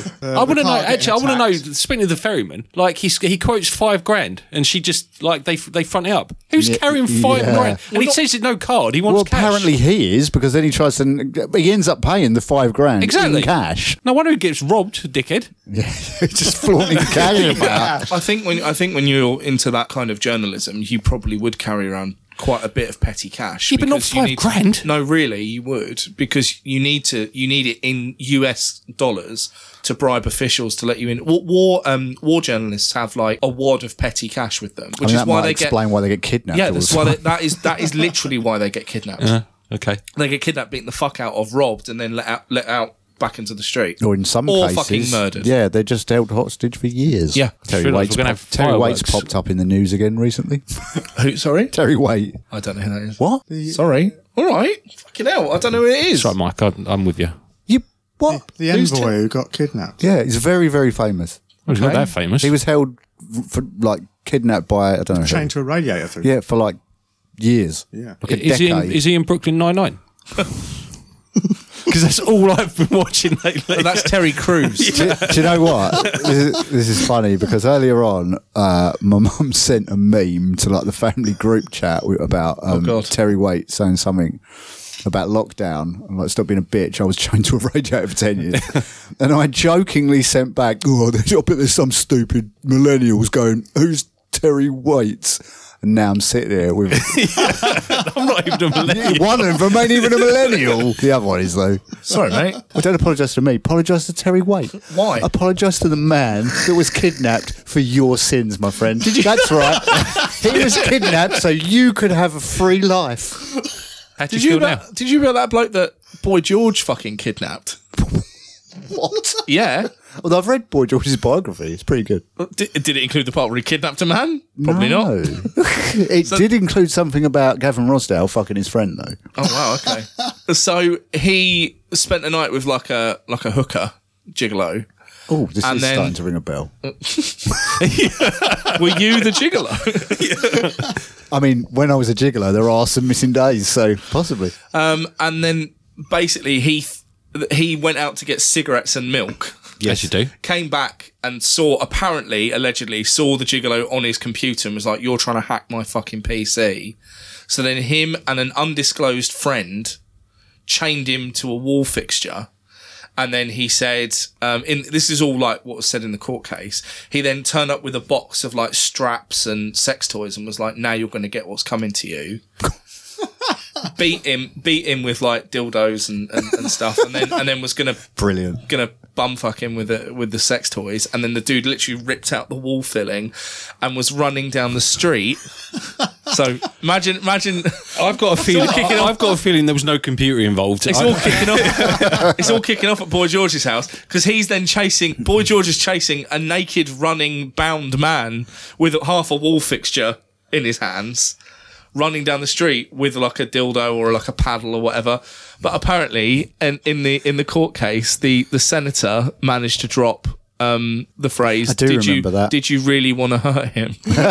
S6: want to
S5: the
S6: know.
S5: car
S6: Actually,
S5: getting
S6: I want to
S5: attacked.
S6: know. Speaking of the ferryman, like he's, he quotes five grand, and she just like they they front it up. Who's
S3: Yeah,
S6: carrying five
S3: yeah.
S6: grand? And he says it's no card. He wants
S3: Well,
S6: cash.
S3: apparently he is because then he tries to. He ends up paying the five grand
S6: Exactly.
S3: in cash. (laughs)
S6: no wonder he gets robbed, dickhead.
S3: Yeah, just flaunting cash about.
S4: I think when I think when you're into that kind of journalism, you probably would carry around quite a bit of petty cash.
S6: Yeah, but not
S4: because you
S6: five
S4: need-
S6: grand.
S4: No, really, you would because you need to you need it in US dollars to bribe officials to let you in. War war, um, war journalists have like a wad of petty cash with them,
S3: I
S4: which
S3: mean,
S4: is
S3: that
S4: why
S3: might
S4: they get.
S3: explain why they get kidnapped.
S4: Yeah,
S3: all
S4: that's
S3: the
S4: why
S3: time. (laughs)
S4: they, that is that is literally why they get kidnapped.
S6: Okay.
S4: They get kidnapped, beaten the fuck out of, robbed, and then let out let out back into the street.
S3: Or in some
S4: Or
S3: cases,
S4: fucking murdered.
S3: Yeah, they just held hostage for years.
S4: Yeah.
S3: Terry
S6: Sure,
S3: Waits.
S6: we're gonna
S3: pop-
S6: have
S3: Terry Waits
S6: fireworks.
S3: popped up in the news again recently. (laughs)
S4: Who? Sorry,
S3: Terry Wait.
S4: I don't know who that is.
S3: What?
S4: Sorry. All right. Fucking hell. I don't know who it is.
S6: That's right, Mike. I'm, I'm with you.
S3: You what?
S5: The
S4: Who's
S5: envoy who got kidnapped.
S3: Yeah, he's very very famous.
S6: Well, he's not that famous.
S3: He was held for like kidnapped by I don't know. who.
S5: Chained to a radiator through.
S3: Yeah, for like years.
S5: Yeah.
S3: Like a
S6: is, he in,
S3: decade.
S6: is he in Brooklyn Nine (laughs) Nine? Because that's all I've been watching lately.
S4: But Oh, that's Terry (laughs) Crews.
S3: do, do you know what? This is, this is funny because earlier on, uh, my (laughs) mum sent a meme to like the family group chat with- about
S6: Oh,
S3: um,
S4: God.
S3: Terry Waite saying something about lockdown and like stop being a bitch. I was chained to a radiator for ten
S6: (laughs)
S3: years, and I jokingly sent back, "Oh, there's- I bet there's some stupid millennials going, who's Terry Waite?" And now I'm sitting here with
S6: I'm not even
S3: (laughs)
S6: a millennial.
S3: one of them ain't even a millennial. (laughs) The other one is though.
S4: Sorry, mate.
S3: Well, don't apologise to me. Apologise to Terry White.
S4: Why?
S3: Apologise to the man that was kidnapped for your sins, my friend. Did you? That's right. (laughs) he was kidnapped so you could have a free life.
S6: How do
S4: Did
S6: you
S4: you
S6: feel
S4: about,
S6: now?
S4: did you about that bloke that Boy George fucking kidnapped?
S3: What?
S4: Yeah.
S3: Although I've read Boy George's biography. It's pretty good.
S4: Did, did it include the part where he kidnapped a man? Probably
S3: No. (laughs)
S4: not.
S3: it did include something about Gavin Rosdale fucking his friend, though.
S4: Oh wow. (laughs) Okay. so he spent the night with like a like a hooker gigolo.
S3: Oh, this
S4: And
S3: is
S4: then-
S3: starting to ring a bell.
S4: (laughs) Were you the gigolo?
S3: I mean, when I was a gigolo, there are some missing days, so possibly.
S4: Um, (laughs) and then basically he th- he went out to get cigarettes and milk.
S6: Yes, you do.
S4: Came back and saw, apparently, allegedly, saw the gigolo on his computer and was like, "You're trying to hack my fucking PC." So then him and an undisclosed friend chained him to a wall fixture. And then he said, um, in, this is all like what was said in the court case. He then turned up with a box of like straps and sex toys and was like, now you're going to get what's coming to you. beat him, beat him with like dildos and, and, and stuff. And then, and then was going to,
S3: Brilliant.
S4: going to bum fuck him with the, with the sex toys. And then the dude literally ripped out the wall filling and was running down the street. so imagine, imagine.
S6: I've got a feeling. I've got a feeling there was no computer involved.
S4: It's
S6: I-
S4: all kicking (laughs) off. It's all kicking off at Boy George's house because he's then chasing. Boy George is chasing a naked, running, bound man with half a wall fixture in his hands, running down the street with like a dildo or like a paddle or whatever. But apparently, in, in the in the court case, the the senator managed to drop. Um, the phrase.
S3: I do
S4: did
S3: remember
S4: you,
S3: that."
S4: Did you really want to hurt
S3: (laughs)
S4: him? (laughs)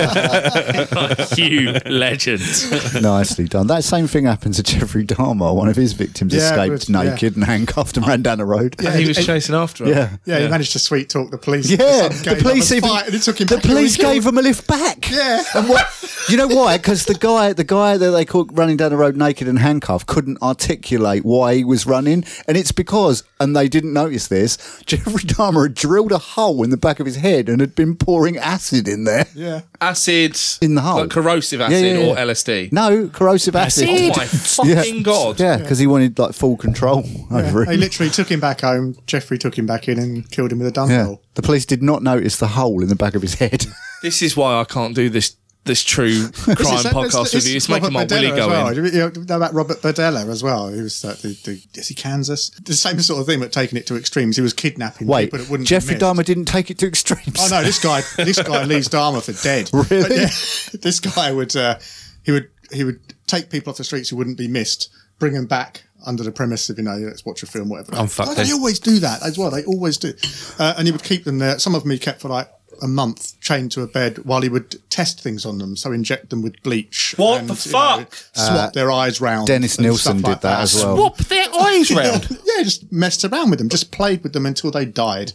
S4: Like, you legend.
S5: (laughs)
S3: Nicely done. That same thing happened to Jeffrey Dahmer. One of his victims
S5: Yeah, it
S3: escaped
S5: was- yeah.
S3: naked and handcuffed and ran down the road.
S4: And he was chasing after him.
S3: Yeah.
S5: (laughs) Yeah, he managed to sweet talk the
S3: (laughs)
S5: police.
S3: Yeah,
S5: Some
S3: the
S5: gave
S3: police
S5: up a
S3: even
S5: fight and it took him
S3: the
S5: back and he
S3: police
S5: was killed.
S3: gave him a lift back.
S5: Yeah.
S3: and what? You know why? Because the guy, the guy that they caught running down the road naked and handcuffed, couldn't articulate why he was running, and it's because, and they didn't notice this. Jeffrey Dahmer had drilled a hole in the back of his head and had been pouring acid in there.
S5: Yeah.
S4: acid
S3: In the hole.
S4: like corrosive acid
S3: yeah, yeah.
S4: or LSD.
S3: No corrosive acid.
S4: Oh my fucking god!
S3: Yeah, because he wanted like full control (laughs) over
S5: They
S3: it.
S5: literally took him back home. Jeffrey took him back in and killed him with a
S3: Yeah,
S5: dumbbell.
S3: the police did not notice the hole in the back of his head. (laughs)
S4: This is why I can't do this this true crime
S5: It's the same-
S4: podcast
S5: it's-
S4: with you. It's making my
S5: Robert
S4: willy
S5: Badella
S4: go
S5: as well.
S4: in.
S5: You know, you know about Robert Badella as well. He was like the, the is he Kansas? The same sort of thing, but taking it to extremes. He was kidnapping
S3: Wait,
S5: people that wouldn't.
S3: Jeffrey
S5: admit.
S3: Dahmer didn't take it to extremes.
S5: Oh
S3: (laughs)
S5: no, this guy, this guy leaves Dharma for dead.
S3: Really?
S5: But yeah, (laughs) this guy would, uh, he would, he would take people off the streets who wouldn't be missed, bring them back under the premise of you know let's watch a film, whatever.
S6: I'm fucked
S5: Why do they
S6: then.
S5: always do that as well? They always do, uh, and he would keep them there. Some of them he kept for like a month, chained to a bed, while he would test things on them. So inject them with bleach.
S4: What
S5: and,
S4: the
S5: you know,
S4: fuck?
S5: swap their eyes round.
S3: Uh, Dennis
S5: and stuff
S3: Nielsen did
S5: like
S3: that as
S4: (laughs)
S3: well.
S6: (laughs) Swap their eyes round.
S5: (laughs) Yeah, just messed around with them, just played with them until they died.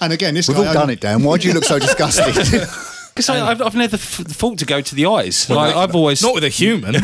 S5: And again, this
S3: We've
S5: guy
S3: all done it, Dan. Why do you look
S5: (laughs)
S3: so disgusted? (laughs)
S6: Because I've, I've never f- thought to go to the eyes. Like, I've always
S4: Not with a
S6: (laughs)
S4: human.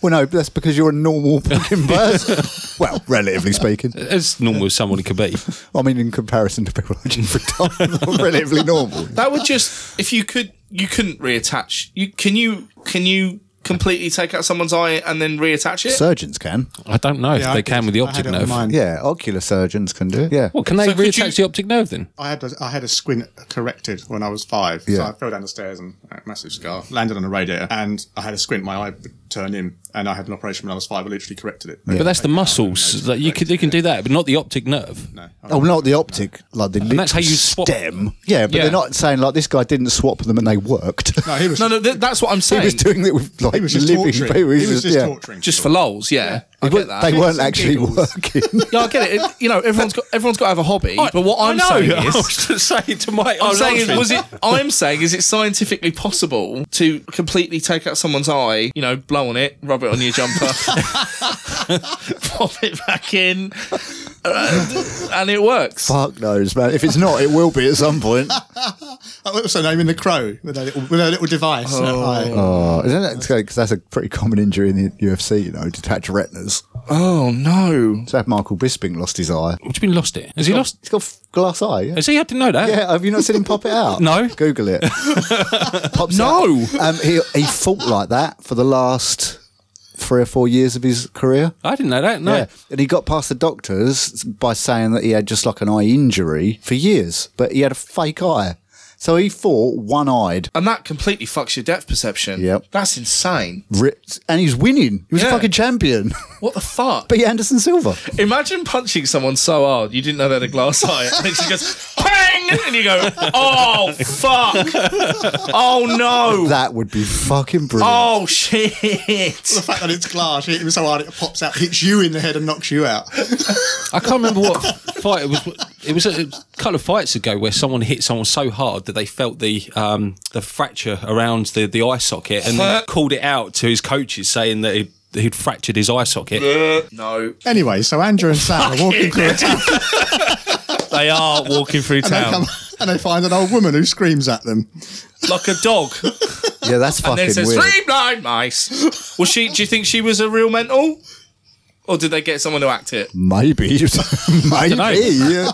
S4: (laughs)
S3: well, no, that's because you're a normal
S5: (laughs)
S3: fucking person. well, relatively speaking.
S6: as normal as someone could be.
S3: I mean, in comparison to people like Jeffrey Dahmer, (laughs) I'm relatively normal.
S4: that would just if you could you couldn't reattach. You can you can you completely take out someone's eye and then reattach it?
S3: Surgeons can.
S6: I don't know if
S5: I
S6: they
S5: did.
S6: can with the
S5: I had
S6: optic
S5: it on
S6: nerve.
S5: mine.
S3: Yeah, ocular surgeons can do it. Yeah.
S6: What can they
S4: So could
S6: reattach
S4: you-
S6: the optic nerve then?
S5: I had a, I had a squint corrected when I was five. So
S3: Yeah.
S5: uh, I fell down the stairs and had a massive scar landed on a radiator, and I had a squint. My eye would turn in, and I had an operation when I was five. I literally corrected it.
S6: But that's the muscles. Like you can you can do that, but not the optic nerve.
S5: No, I-
S3: Oh, not the optic, like the and
S6: that's how you swap-
S3: stem. Yeah, but
S4: Yeah.
S3: they're not saying like this guy didn't swap them and they worked.
S5: no, he was
S4: No, no, th- that's what
S3: (laughs)
S4: I'm
S3: he
S4: saying.
S3: was doing it with like
S5: he was just
S3: living.
S5: torturing.
S3: people.
S5: He was just
S3: yeah.
S5: torturing.
S4: just for
S5: people.
S4: lols, yeah. I get that.
S3: They
S4: (laughs)
S3: weren't actually
S4: giggles.
S3: working. (laughs)
S4: Yeah, I get it. it. You know, everyone's got everyone's got to have a hobby. but what
S3: (laughs)
S4: I'm saying
S6: I
S4: is, Oh,
S6: was just saying to my.
S4: I'm saying is, was it? I'm saying is it scientifically possible to completely take out someone's eye? You know, blow on it, rub it on your jumper, (laughs) pop it back in, uh, and it works.
S3: Fuck knows, man. If it's not, it will be at some point.
S5: Oh, what's her name in the crow with a little, with a little device? Oh.
S3: (laughs) Oh, isn't that because that's a pretty common injury in the UFC? You know, detached retinas.
S4: Oh no!
S3: So that Michael Bisping lost his eye.
S6: What do you mean lost it? Has he lost?
S3: He's got f- glass eye. Yeah.
S6: Has he? I didn't know that.
S3: Yeah, have you not seen him pop it out?
S6: (laughs) No.
S3: Google it. Pops
S4: No.
S3: It out. Um, he he fought like that for the last three or four years of his career.
S6: I didn't know that. No.
S3: Yeah. And he got past the doctors by saying that he had just like an eye injury for years, but he had a fake eye. So he fought one eyed.
S4: And that completely fucks your depth perception.
S3: Yep.
S4: That's insane.
S3: And he's winning. He was
S4: Yeah.
S3: a fucking champion. (laughs)
S4: What the fuck?
S3: Beat Anderson Silva.
S4: Imagine punching someone so hard you didn't know they had a glass eye, and then she goes bang, and you go,
S3: (laughs)
S4: "Oh fuck! Oh no!
S3: That would be fucking brilliant.
S4: Oh shit!"
S3: (laughs)
S5: The fact that it's glass, it was so hard it pops out, hits you in the head, and knocks you out. (laughs)
S6: I can't remember what fight it was. It was a couple of fights ago where someone hit someone so hard that they felt the um, the fracture around the, the eye socket and then called it out to his coaches saying that he, he'd fractured his eye socket.
S4: No,
S5: Anyway, so Andrew and Sam are walking through a town,
S4: (laughs) they are walking
S6: (laughs)
S4: through
S5: and they,
S4: town
S5: come, (laughs) and they find an old woman who screams at them.
S4: like a dog,
S3: yeah, that's
S4: Oh. and then
S3: fucking
S4: says
S3: weird.
S4: three blind mice. Was she? Do you think she was a real mental, or did they get someone to
S3: (laughs)
S4: act it?
S3: Maybe. Maybe. Yeah.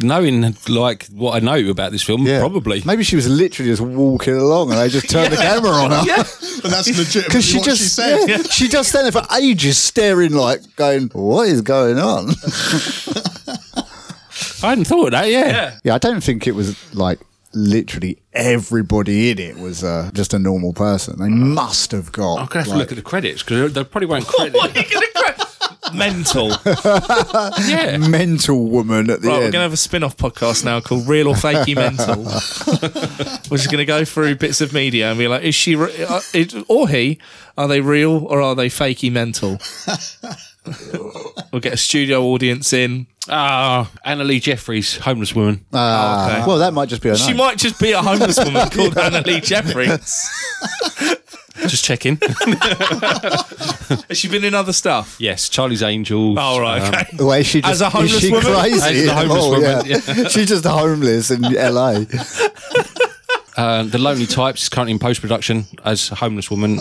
S6: Knowing like what I know about this film,
S3: (laughs) Yeah.
S6: probably.
S3: Maybe she was literally just walking along and they just
S4: (laughs)
S3: turned the camera on her. (laughs)
S5: But that's legit.
S3: Because she
S5: what
S3: just
S5: she said.
S3: yeah, she just standing there for ages, staring like, going, "What is going on?" (laughs)
S6: I hadn't thought of that. Yeah.
S4: Yeah.
S3: yeah, I don't think it was like literally everybody in it was uh, just a normal person. They must have got.
S6: I'm gonna have to
S3: like-
S6: look at the credits because they probably won't
S4: (laughs)
S6: credit.
S4: What are you gonna cra- mental?
S6: yeah.
S3: Mental woman at the
S4: Right, we're
S3: end.
S4: gonna have a spin-off podcast now called "Real
S3: (laughs)
S4: or Fakey Mental." we're just gonna go through bits of media and be like, "Is she re- uh, it, or he? Are they real or are they fakey mental?" we'll get a studio audience in.
S6: Ah, Anna Lee Jeffries, homeless (laughs) woman.
S3: Ah,
S4: oh, okay.
S3: Well, that might just be her
S4: She
S3: name.
S4: might just be a homeless
S3: (laughs)
S4: woman called Anna Lee Jeffries.
S6: Just checking.
S4: Has she been in other stuff?
S6: yes, Charlie's Angels.
S4: Oh right, okay.
S3: Well, is she just,
S4: As a homeless
S3: is she
S4: woman?
S3: crazy?
S6: As the homeless
S3: Oh,
S6: woman,
S3: She's just homeless
S4: (laughs)
S3: in LA.
S6: Uh, the Lonely Types is currently in post production as a homeless woman.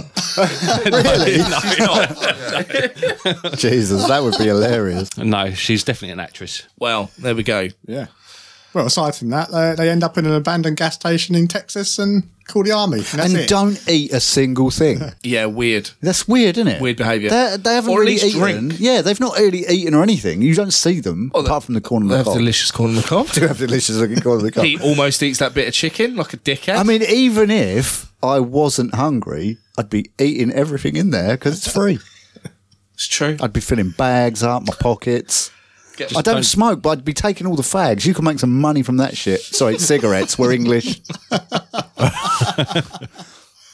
S3: really?
S4: (laughs) No, not.
S3: Jesus, that would be hilarious.
S6: No, she's definitely an actress.
S4: Well, there we go.
S5: Yeah. Well, aside from that, they, they end up in an abandoned gas station in Texas and call the army. And that's
S3: And
S5: it.
S3: don't eat a single thing.
S4: Yeah, weird.
S3: That's weird, isn't it?
S4: Weird behaviour.
S3: They, they haven't
S4: Or at
S3: really
S4: least
S3: eaten.
S4: drink. Oh,
S3: Yeah, they've not really eaten or anything. You don't see them apart from the corner of
S4: They
S3: the
S4: have
S3: cob.
S4: delicious corn on the cob.
S3: Do (laughs) have delicious looking corner of the cob.
S4: He almost eats that bit of chicken like a dickhead.
S3: I mean, even if I wasn't hungry, I'd be eating everything in there because it's free.
S4: it's true.
S3: I'd be filling bags up, my pockets.
S4: Get-
S3: I don't, smoke, but I'd be taking all the fags. You can make some money from that shit. Sorry, cigarettes. We're English.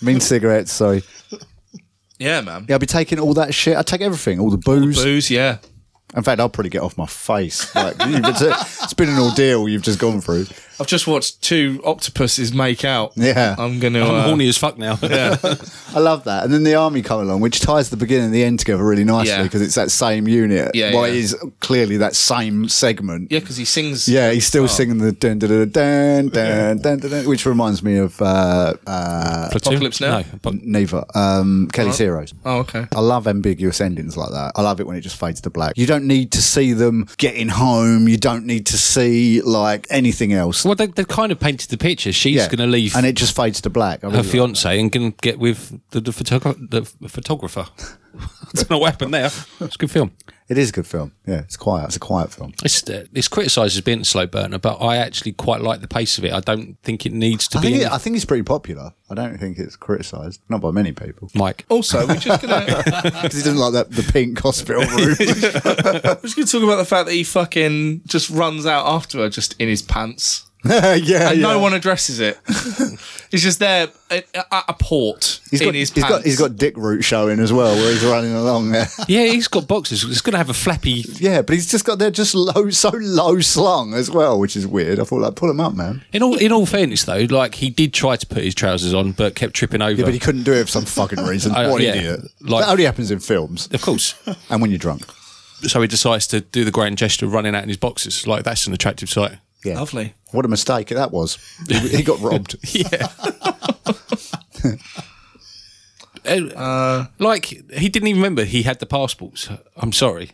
S3: mean cigarettes, sorry.
S4: yeah, man.
S3: Yeah, I'd be taking all that shit. I'd take everything, all the booze.
S4: Booze, yeah.
S3: In fact, I'll probably get off my face. Like, you've been to- it's been an ordeal you've just gone through.
S4: I've just watched two octopuses make out.
S3: Yeah.
S4: I'm gonna.
S6: I'm
S4: uh,
S6: horny as fuck now. (laughs)
S3: I love that. And then the army come along, which ties the beginning and the end together really nicely
S4: Yeah.
S3: because it's that same unit.
S4: Yeah,
S3: well,
S4: yeah.
S3: it is clearly that same segment.
S4: Yeah, because he sings.
S3: Yeah, he's still singing the dun dun dun dun dun dun, dun, dun, which reminds me of uh, uh,
S4: Apocalypse Now?
S6: No, but
S3: neither um, Kelly's Heroes.
S4: Oh, okay.
S3: I love ambiguous endings like that. I love it when it just fades to black. You don't need to see them getting home. You don't need to see like anything else.
S6: well, they, they've kind of painted the picture. She's going to leave
S3: and it just fades to black. I
S6: her
S3: really like
S6: fiance and going to get with the, the, photogra- the photographer. (laughs) I don't know what happened there. It's a good film.
S3: It is a good film. Yeah, it's quiet. It's a quiet film.
S6: It's uh, it's criticised as being a slow burner, but I actually quite like the pace of it. I don't think it needs to
S3: I
S6: be.
S3: think,
S6: any-
S3: it, I think it's pretty popular. I don't think it's criticised, not by many people. (laughs)
S6: Mike,
S4: Also, we're just gonna
S3: Because he doesn't like that the pink hospital
S4: (laughs)
S3: room. (laughs)
S4: we're just gonna talk about the fact that he fucking just runs out after her just in his pants.
S3: yeah,
S4: And
S3: yeah.
S4: no one
S3: (laughs)
S4: addresses it. he's just there at, at a port
S3: He's
S4: in
S3: got,
S4: his
S3: he's
S4: pants.
S3: got he's got dick root showing as well, where he's running along there. (laughs)
S6: yeah, he's got boxes. It's going to have a flappy.
S3: yeah, but he's just got they're just low, so low slung as well, which is weird. I thought like pull him up, man.
S6: In all in all fairness, though, like he did try to put his trousers on, but kept tripping over.
S3: Yeah, but he couldn't do it for some
S6: (laughs)
S3: fucking reason.
S6: I-
S3: what an
S6: yeah,
S3: idiot!
S6: like-
S3: that only happens in
S6: (laughs)
S3: films
S6: of course.
S3: and when you're drunk.
S6: so he decides to do the grand gesture of running out in his boxes. Like that's an attractive sight.
S3: Yeah,
S4: Lovely.
S3: What a mistake that was. He, he
S6: (laughs)
S3: got robbed.
S6: uh,
S4: Uh,
S6: Like he didn't even remember he had the passports. I'm sorry.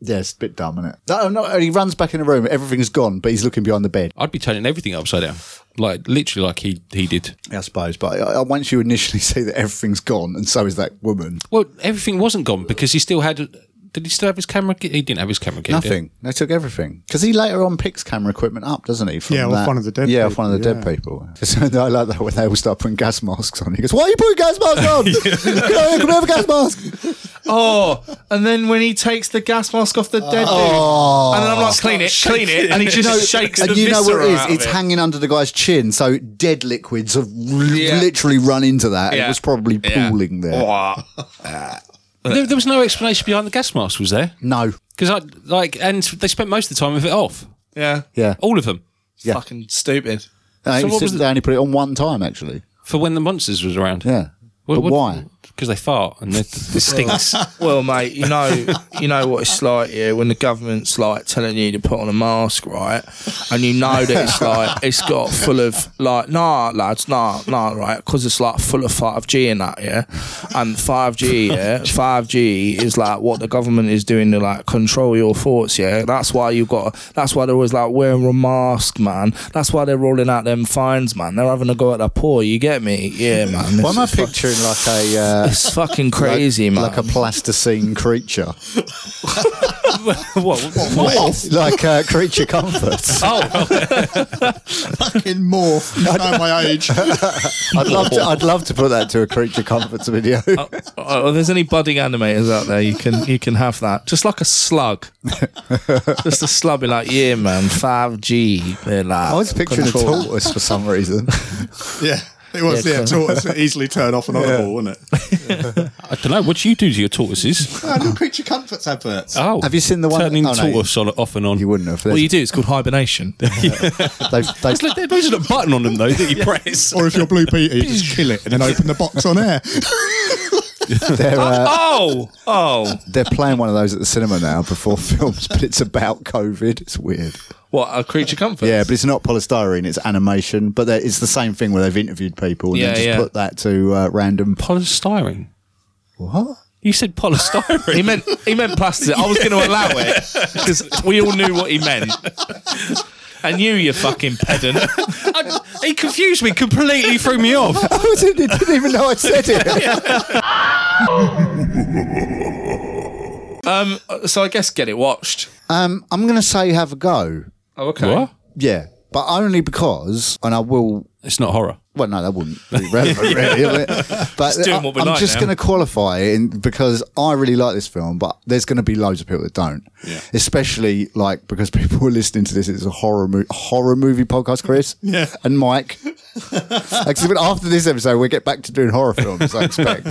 S3: yeah, it's a bit dumb, isn't it? No, no, he runs back in the room. Everything's gone, but he's looking behind the bed.
S6: I'd be turning everything upside down, like literally, like he he did.
S3: I suppose, but uh, once you initially (laughs) see that everything's gone, and so is that woman.
S6: Well, everything wasn't gone because he still had. Did he still have his camera? key? He didn't have his camera. Key, did he?
S3: Nothing. They took everything because he later on picks camera equipment up, doesn't he? From
S5: Yeah, off
S3: that-
S5: one of the dead
S3: Yeah, off
S5: people,
S3: one of the dead
S5: yeah.
S3: people. So (laughs) I like that when they all start putting gas masks on. He goes, "Why are you putting gas masks on? (laughs) Can I- can we have a gas mask?"
S4: Oh, and then when he takes the gas mask off the dead dude, and then I'm like, clean it, clean it, and he just shakes the
S3: Oh. and you know what
S4: viscera
S3: it is?
S4: out of
S3: It's
S4: it.
S3: hanging under the guy's chin, so dead liquids have l-
S4: Yeah.
S3: literally run into that. and
S4: Yeah.
S3: It was probably
S4: Yeah.
S3: pooling there.
S4: Wah.
S6: There, there was no explanation behind the gas mask, was there?
S3: No,
S6: Because I like, and they spent most of the time with it off.
S4: Yeah.
S3: yeah.
S6: All of them
S3: Yeah.
S4: Fucking stupid.
S3: And
S6: so
S3: it
S6: what was
S3: was- Uh, they only put it on one time, actually.
S6: for when the monsters was around.
S3: Yeah, but why?
S6: Because they fart
S4: (laughs)
S6: and they- it (laughs) stinks.
S4: Well, mate, you know, you know what it's like here when the government's like telling you to put on a mask, right? And you know that it's like it's got full of like, nah, lads, nah, nah, right? Because it's like full of five G and that, yeah. And five G, yeah, five G is like what the government is doing to like control your thoughts, yeah. That's why you got. That's why they're always like wearing a mask, man. That's why they're rolling out them fines, man. They're having a go at the poor. You get me? Yeah, man.
S3: Why
S4: This
S3: am I
S4: is fu-
S3: picturing like a uh,
S4: (laughs) it's fucking crazy, man. (laughs)
S3: like a plasticine creature?
S6: what, what,
S3: (laughs) like uh, creature comforts.
S5: Fucking (laughs) morph. You know my age.
S3: I'd love to. I'd love to put that to a creature comforts video.
S4: Oh, if there's any budding animators out there, you can you can have that. Just like
S3: (laughs)
S4: a slug, just a slug. Be like, yeah, man, five G. Be
S3: (laughs)
S4: like,
S3: I was picturing a
S4: control.
S3: tortoise for some reason.
S5: Yeah. It was, yeah, tortoise that easily turn off and on the ball, wasn't it?
S6: I don't know. What do you do to your tortoises?
S5: (laughs) Ah, little creature comforts adverts.
S6: Oh,
S3: Have you seen the one-
S6: turning
S3: oh, no.
S6: tortoise on, off and on?
S3: (laughs) You wouldn't have.
S4: What you do? It's called
S6: (laughs)
S4: hibernation.
S3: They've, they've,
S6: It's like there- there's a button on them
S4: (laughs)
S6: though that you press.
S5: Or if you're Blue Peter, you just kill it and then open the box on air.
S3: (laughs) they're, uh,
S4: oh, oh,
S3: they're playing one of those at the cinema now before (laughs) films, but it's about COVID. It's weird.
S4: what a creature comfort.
S3: Yeah, but it's not polystyrene. It's animation, but they're- it's the same thing where they've interviewed people and
S4: Yeah,
S3: then just
S4: yeah.
S3: put that to uh, random. Po-
S6: Polystyrene.
S3: what?
S6: You said polystyrene. (laughs)
S4: he meant he meant plastic. I was going to allow it because we all knew what he meant. And you, you fucking pedant.
S6: I- he confused me completely, threw me off.
S3: (laughs) I didn't, didn't even know I said it.
S4: So I guess get it watched.
S3: (laughs) um, I'm going to say have a go.
S4: Oh, okay.
S6: What?
S3: Yeah, but only because, and I will
S6: It's not horror.
S3: Well, no, that wouldn't be
S4: (laughs)
S3: relevant, really. would it? But
S4: doing what we
S3: I, am
S4: like
S3: just
S4: now.
S3: going to qualify it in, because I really like this film, but there's going to be loads of people that don't. Especially like because (laughs) people are listening to this. It's a horror mo- horror movie podcast,
S4: (laughs)
S3: Chris. Yeah. And Mike. like, 'cause even after this episode, we get back to doing horror films. I
S4: (laughs)
S3: expect.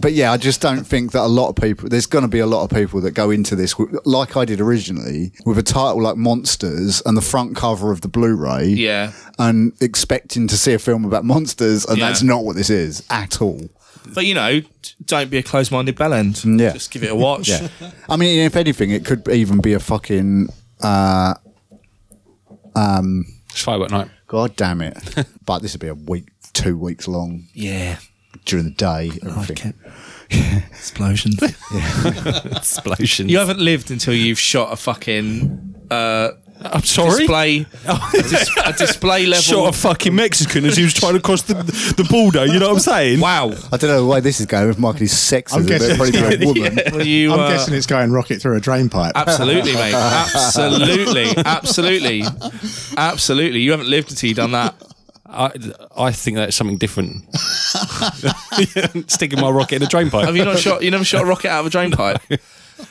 S3: But yeah, I just don't think that a lot of people. There's going to be a lot of people that go into this, with- like I did originally, with a title like Monsters and the front cover of the Blu-ray
S4: Yeah.
S3: and expecting to see a film about monsters, and
S4: Yeah.
S3: that's not what this is at all.
S4: But you know, don't be a closed-minded bellend.
S3: Yeah.
S4: Just give it a watch.
S3: Yeah, (laughs) I mean, if anything, it could even be a fucking
S6: It's firework night.
S3: god damn it. but this would be a week, two weeks long
S4: yeah.
S3: during the day. Everything.
S4: Explosions.
S6: Explosion.
S4: You haven't lived until you've shot a fucking uh,
S6: I'm sorry.
S4: display a, dis- a (laughs) display level.
S7: Shot a fucking Mexican as he was trying to cross the, the border. You know what I'm saying?
S4: wow.
S3: I don't know why this is going with Michael. He's sexist.
S5: I'm guessing-
S3: probably a woman.
S4: Well, you,
S5: I'm
S4: uh,
S5: guessing it's going rocket through a drain pipe.
S4: Absolutely, (laughs) mate. Absolutely, absolutely, absolutely. You haven't lived until you've done that.
S6: I, I think that's something different. (laughs) Sticking my rocket in a drain pipe.
S4: Have you not shot? You never shot a rocket out of a drain pipe,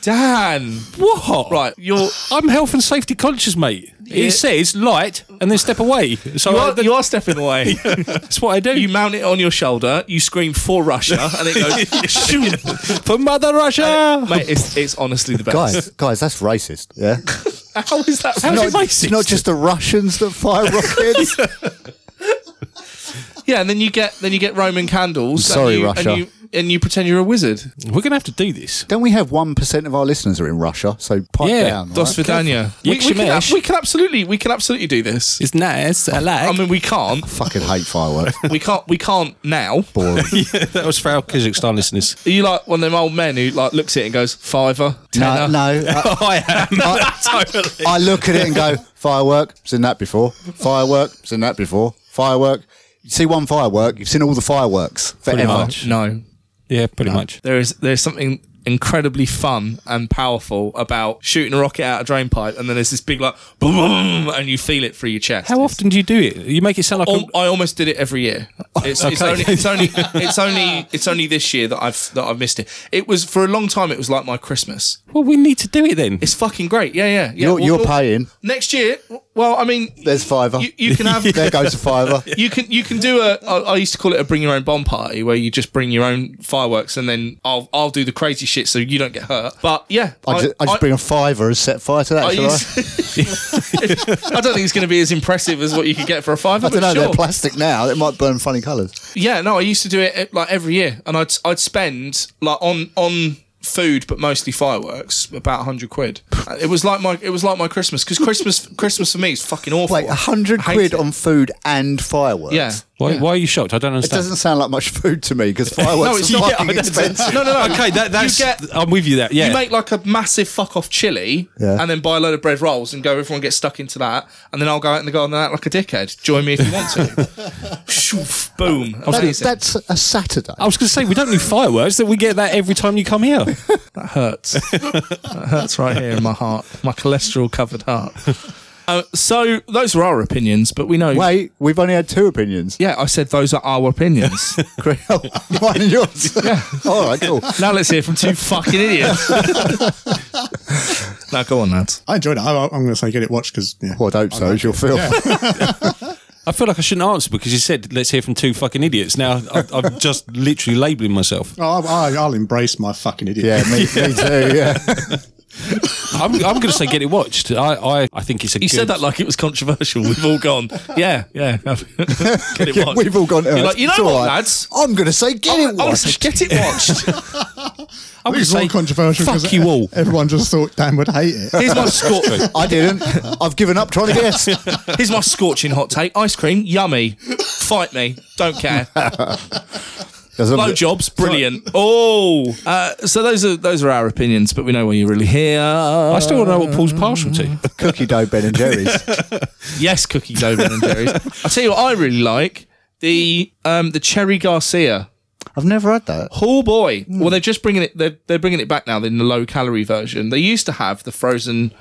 S4: Dan?
S6: what?
S4: Right, you're
S6: I'm health and safety conscious, mate. He
S4: Yeah.
S6: says light and then step away. So
S4: you
S6: I-
S4: are, you are stepping away.
S6: that's what I do.
S4: (laughs) You mount it on your shoulder. You scream for Russia, and it (laughs) goes.
S6: (laughs)
S4: shoot. Uh,
S6: for Mother Russia.
S4: Mate,
S6: (laughs)
S4: it's, it's honestly the best.
S3: (laughs) Guys, guys, that's racist. Yeah,
S4: How is that?
S6: How's
S3: not,
S6: it racist?
S3: It's not just the Russians that fire rockets.
S4: Yeah, and then you get then you get Roman candles.
S3: I'm sorry,
S4: and you,
S3: Russia.
S4: And you, and you pretend you're a wizard.
S6: We're going to have to do this.
S3: Don't we have one percent of our listeners are in Russia? So pipe
S6: Yeah,
S3: down. right?
S4: Dos Vidania. We, we,
S6: Wicks your
S4: can, ab-
S6: mesh.
S4: we can absolutely we can absolutely do this.
S6: It's nice. I like.
S4: I mean, we can't.
S3: Fucking hate fireworks.
S4: We can't. We can't now.
S3: Boring.
S6: that was for our Kazakhstan (laughs) listeners.
S4: Are you like one of them old men who like looks at it and goes fiver,
S3: no,
S4: tenner?
S3: no. I,
S6: Oh, (laughs) I
S4: (laughs)
S6: am.
S4: totally.
S3: I look at it and go, firework. Seen that before. Firework. Seen that before. Firework. You see one firework, you've seen all the fireworks forever.
S6: much.
S4: No,
S6: Yeah, pretty much.
S4: there is there's something incredibly fun and powerful about shooting a rocket out a drain pipe, and then there's this big like boom, boom, and you feel it through your chest.
S6: How often do you do it? You make it sound like a-
S4: Al- I almost did it every
S6: (laughs)
S4: year. It's, it's
S6: Okay.
S4: only it's only it's only it's only this year that I've that I've missed it. It was for a long time. It was like my Christmas.
S6: Well, we need to do it then.
S4: It's fucking great. Yeah, yeah. yeah.
S3: You're,
S4: Well,
S3: you're
S4: well,
S3: paying.
S4: next year. Well, I mean,
S3: There's fiver.
S4: you, you can have
S3: (laughs) there goes a
S4: (laughs)
S3: fiver.
S4: you can you can do a I, I used to call it a bring your own bomb party where you just bring your own fireworks and then I'll I'll do the crazy shit so you don't get hurt. But yeah,
S3: I just, I just bring a fiver and set fire to that.
S4: I
S3: shall I?
S4: used- (laughs) I don't think it's going to be as impressive as what you could get for a fiver.
S3: I don't know.
S4: but sure.
S3: They're plastic now. They might burn funny colours.
S4: Yeah, no, I used to do it eh, like every year, and I'd I'd spend like on on food, but mostly fireworks, about hundred quid. It was like my it was like my Christmas because Christmas Christmas for me is fucking awful.
S3: Wait, a hundred
S4: I hate
S3: quid
S4: it.
S3: on food and fireworks.
S4: yeah.
S6: why, why are you shocked? I don't
S3: It
S6: understand.
S3: doesn't sound like much food to me
S4: (laughs)
S3: because fireworks
S4: it's
S3: are
S4: not.
S3: fucking
S6: (laughs) Yeah, that's-
S3: expensive.
S4: No, no, no.
S6: Okay, that, that's.
S4: you get
S6: I'm with you there. Yeah.
S4: you make like a massive fuck off chili
S3: Yeah.
S4: and then buy a load of bread rolls and go everyone gets stuck into that and then I'll go out in the garden and act like a dickhead. Join me if you want to.
S3: (laughs)
S4: Shoof, boom.
S3: That-
S4: (laughs) Amazing.
S3: that's a Saturday.
S6: I was going to say we don't do fireworks. That we get that every time you come here.
S4: (laughs) hurts. that hurts right here in my heart. My cholesterol covered heart. Uh, so those are our opinions, but we know
S3: Wait, we've only had two opinions.
S4: Yeah, I said those are
S3: (laughs)
S4: our opinions.
S3: Oh, mine and
S4: (laughs)
S3: yours. All right, cool.
S4: now let's hear from two
S3: (laughs)
S4: fucking idiots. now go on, lads.
S5: I enjoyed it. I, I'm going to say get it watched because yeah.
S3: Well, I hope so. It's your film.
S6: I feel like I shouldn't answer because you said let's hear from two fucking idiots. Now I, I'm just literally labelling myself.
S5: Oh, I, I, I'll embrace my fucking idiot.
S3: (laughs) Yeah,
S4: (laughs)
S5: (laughs)
S3: me, me too. Yeah.
S6: I'm, I'm going to say get it watched. I, I, I think it's a.
S4: You said that like it was controversial. We've
S3: (laughs)
S4: all gone, yeah,
S6: (laughs)
S4: yeah. Get it watched.
S3: We've all gone.
S4: You're
S3: "Oh,
S4: like, you
S3: it's
S4: know
S3: all
S4: what,
S3: right."
S4: lads?
S3: I'm going to say, get it
S4: I was
S3: watched.
S4: like, get it watched.
S6: I'm
S5: It's all controversial. 'cause
S6: Fuck you all.
S5: Everyone just thought Dan would hate
S4: (laughs)
S5: it.
S4: Here's my scorching.
S3: I
S4: (laughs)
S3: didn't. I've given up trying to guess.
S4: Here's my scorching hot take. Ice cream, yummy. Fight me. Don't
S6: (laughs)
S4: care.
S3: Doesn't-
S4: Blowjobs, brilliant. Oh, uh, so those are those are our opinions, but we know why you're really here.
S6: I still want to know what Paul's partial to.
S3: Cookie dough Ben and Jerry's.
S4: (laughs) Yes, cookie dough Ben and Jerry's. I tell you what, I really like the um, the Cherry Garcia.
S3: I've never had that.
S4: Oh boy!
S6: Hmm.
S4: Well, they're just bringing it. They're, they're bringing it back now in the low calorie version. They used to have the frozen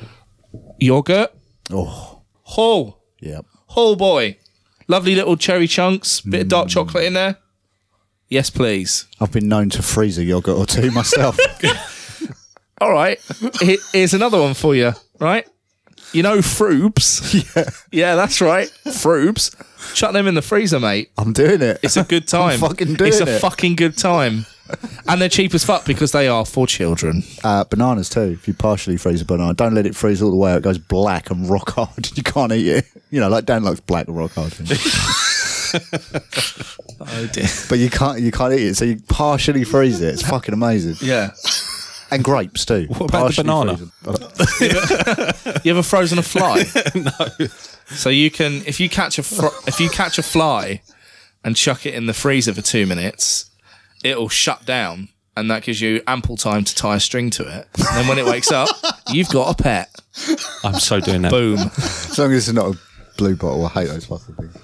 S4: yogurt. Oh, oh,
S3: Yep.
S4: oh boy! Lovely little cherry chunks, bit of dark chocolate in there. Yes, please.
S3: I've been known to freeze a yogurt or two
S4: (laughs)
S3: myself.
S4: all right, he- here's another one for you, right? You know Froobs? Yeah. Yeah, that's right. Froobs. Chuck them in the freezer, mate.
S3: I'm doing it.
S4: It's a good time.
S3: fucking
S4: It's
S3: doing
S4: a
S3: it.
S4: fucking good time. And they're cheap as fuck because they are for children.
S3: Uh, bananas too. If you partially freeze a banana, don't let it freeze all the way. out. It goes black and rock hard. (laughs) You can't eat it. You know, like Dan likes black and rock hard.
S4: (laughs)
S3: things.
S4: Oh dear.
S3: but you can't. You can't eat it. So you partially freeze it. It's fucking amazing.
S4: Yeah.
S3: And grapes too. What
S6: about the banana?
S4: You ever frozen a fly? no. So you can, if you catch a fr- if you catch a fly and chuck it in the freezer for two minutes, it'll shut down. and that gives you ample time to tie a string to it. And then when it wakes up, you've got a pet.
S6: I'm so doing that.
S4: Boom.
S3: As long as it's not a blue bottle, I hate those fucking things.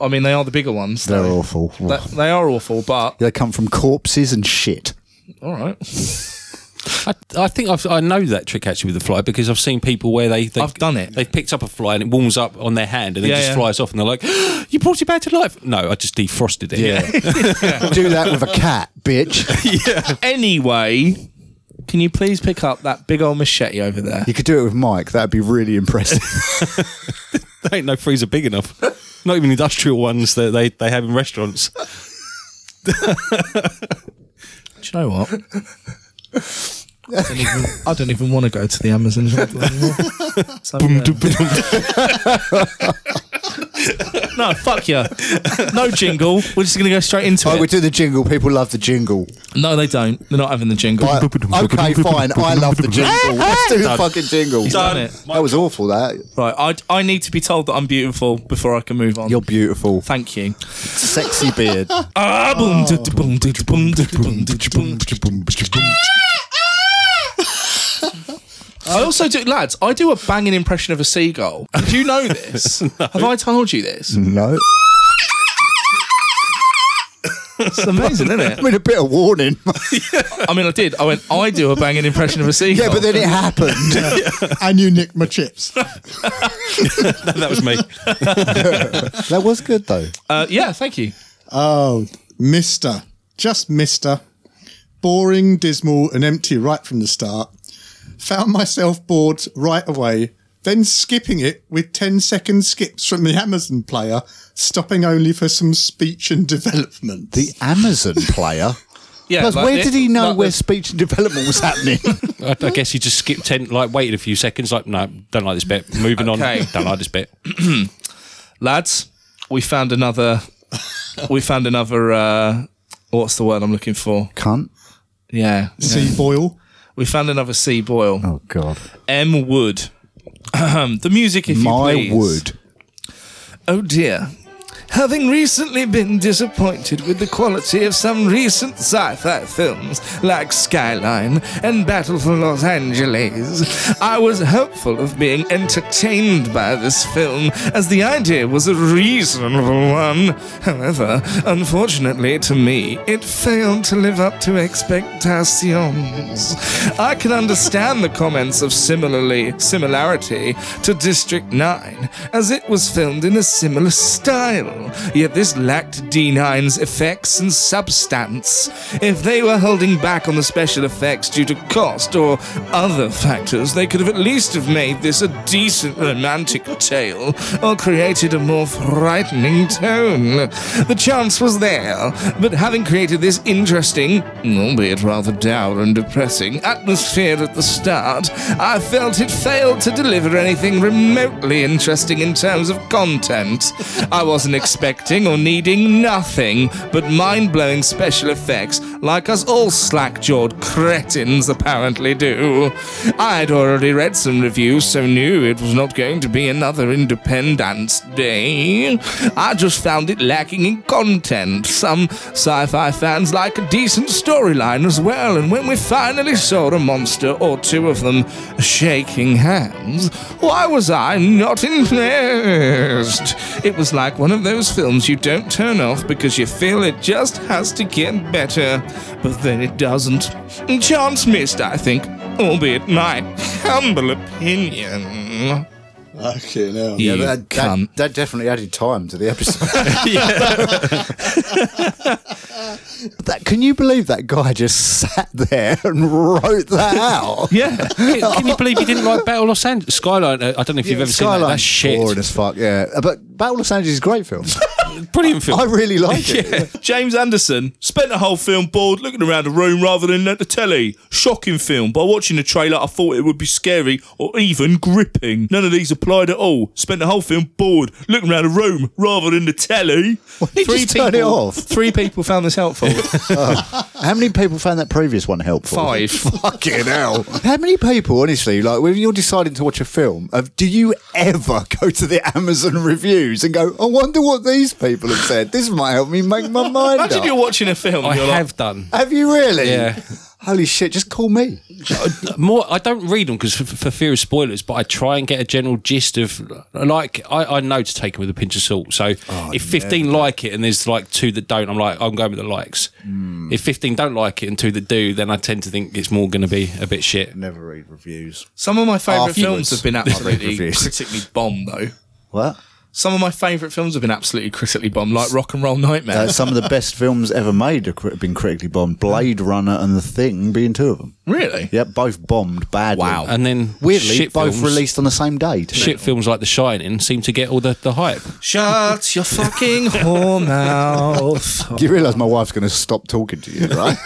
S4: I mean, they are the bigger ones.
S3: They're
S4: though.
S3: awful.
S4: They, they are awful, but
S3: They come from corpses and shit.
S4: all right.
S6: I, I think I've, I know that trick actually with the fly because I've seen people where they, they
S4: I've done it.
S6: They've picked up a fly and it warms up on their hand and it
S4: Yeah,
S6: just
S4: yeah.
S6: flies off and they're like, (gasps) "You brought it back to life." No, I just defrosted it.
S3: Do that with a cat, bitch.
S4: Anyway, can you please pick up that big old machete over there?
S3: You could do it with Mike. That'd be really impressive.
S6: (laughs) there ain't no freezer big enough. (laughs) Not even industrial ones that they, they have in restaurants. (laughs)
S4: Do you know what? I don't even, I don't even want to go to the Amazon
S3: (laughs)
S4: jungle anymore. So, yeah. (laughs) no, fuck you. No jingle. We're just going to go straight into
S3: I
S4: it.
S3: would do the jingle. People love the jingle.
S4: no, they don't. They're not having the jingle.
S3: I- okay, fine. I love the jingle. Let's do the fucking jingle.
S4: done it.
S3: That was awful. That
S4: Right, I, I need to be told that I'm beautiful before I can move on.
S3: you're beautiful,
S4: Thank you.
S3: sexy beard. (laughs)
S4: Ah,
S3: Oh.
S4: boom, doo, doo, boom, doo, doo, boom, doo, doo, boom, doo, doo, boom. I also do, lads. I do a banging impression of a seagull. Did you
S3: (laughs)
S4: know this? Have I told you this?
S3: no,
S4: It's amazing, isn't
S3: I
S4: it?
S3: mean a bit of warning. (laughs)
S4: I mean, I did. I went. I do a banging impression of a seagull.
S3: yeah, but then it happened.
S5: and you nick my chips.
S6: that was
S4: (laughs)
S6: me.
S3: that was good though.
S4: uh, yeah, thank you.
S5: Oh, Mister, just Mister, boring, dismal, and empty right from the start. Found myself bored right away, then skipping it with 10 second skips from the Amazon player, stopping only for some speech and development.
S3: The Amazon player.
S4: Yeah.
S3: Plus,
S4: like
S3: where
S4: the-
S3: did he know
S4: like
S3: where
S4: the-
S3: speech and development was happening?
S6: I, I guess you just skipped ten, like waited a few seconds, like no, don't like this bit. Moving
S4: Okay.
S6: on, (laughs) don't like this bit.
S4: lads? We found another. We found another. Uh, what's the word I'm looking for?
S3: (laughs) Cunt.
S4: Yeah.
S5: Sea boil.
S4: We found another sea boil.
S3: Oh God.
S4: M Wood. (clears throat) the music, if you
S3: My
S4: please.
S3: wood.
S4: Oh dear. Having recently been disappointed with the quality of some recent sci fi films like Skyline and Battle for Los Angeles, I was hopeful of being entertained by this film as the idea was a reasonable one. However, unfortunately to me, it failed to live up to expectations. I can understand the comments of similarly similarity to District 9, as it was filmed in a similar style, yet this lacked D9's effects and substance. If they were holding back on the special effects due to cost or other factors, they could have at least have made this a decent romantic tale or created a more frightening tone. The chance was there, but having created this interesting, albeit rather dour and depressing, atmosphere at the start, I felt it failed to deliver anything remotely interesting in terms of content. I wasn't expecting or needing nothing but mind blowing special effects, like us all slack jawed cretins apparently do. I'd already read some reviews, so knew it was not going to be another Independence Day. I just found it lacking in content. Some sci fi fans like a decent storyline as well, and when we finally saw a monster or two of them shaking hands, why was I not impressed? It was like one of those films you don't turn off because you feel it just has to get better, but then it doesn't. Chance missed, I think, albeit my humble opinion.
S5: Okay, now.
S4: Yeah,
S3: That, that, that definitely added time to the
S4: (laughs)
S3: episode. (laughs) that can you believe that guy just sat there and wrote that out?
S4: (laughs) yeah.
S6: Can, can you believe you didn't like Battle Los Angeles Skyline? uh, I don't know if you've ever seen that. That's
S3: boring
S6: shit.
S3: as fuck. Yeah, but Battle Los Angeles is a great film.
S6: Brilliant film.
S3: I really like
S4: (laughs)
S3: it.
S4: James Anderson spent the whole film bored looking around the room rather than at the telly. Shocking film. By watching the trailer, I thought it would be scary or even gripping. None of these applied at all. Spent the whole film bored looking around the room rather than the telly.
S3: did you just turn it off?
S4: Three people found
S3: (laughs)
S4: this helpful.
S3: How many people found that previous one helpful? (laughs)
S4: Five.
S3: Fucking
S4: (laughs)
S3: hell. How many people, honestly, like when you're deciding to watch (laughs) a film, uh, do you ever go to the Amazon reviews and go, I wonder what these people people have said this might help me make my mind
S4: Imagine
S3: up.
S4: you're watching a film.
S6: I
S4: and you're like,
S6: have done.
S3: Have you really?
S6: Yeah.
S3: Holy shit! Just call me.
S6: more i don't read them because for, for fear of spoilers but i try and get a general gist of like i, I know to take them with a pinch of salt so if 15 like it and there's like two that don't i'm like i'm going with the likes if 15 don't like it and two that do then i tend to think it's more going to be a bit shit
S8: Never read reviews.
S4: Some of my favourite films
S3: Afterwards.
S4: have been absolutely
S3: Reviews.
S4: critically bombed, though.
S3: What?
S4: Some of my favourite films have been absolutely critically bombed, like Rock and Roll Nightmare.
S8: Uh, some of the best films ever made have cri- been critically bombed. Blade Runner and The Thing being two of them.
S4: really?
S8: Yep, both bombed badly.
S4: Wow.
S6: and then
S8: Weirdly,
S6: shit
S8: both
S6: films,
S8: released on the same day. didn't
S6: shit films like the shining seem to get all the, the hype
S4: Shut your (laughs) fucking whore mouth.
S3: Do you realise my wife's going to stop talking to you,
S4: (laughs)
S3: right?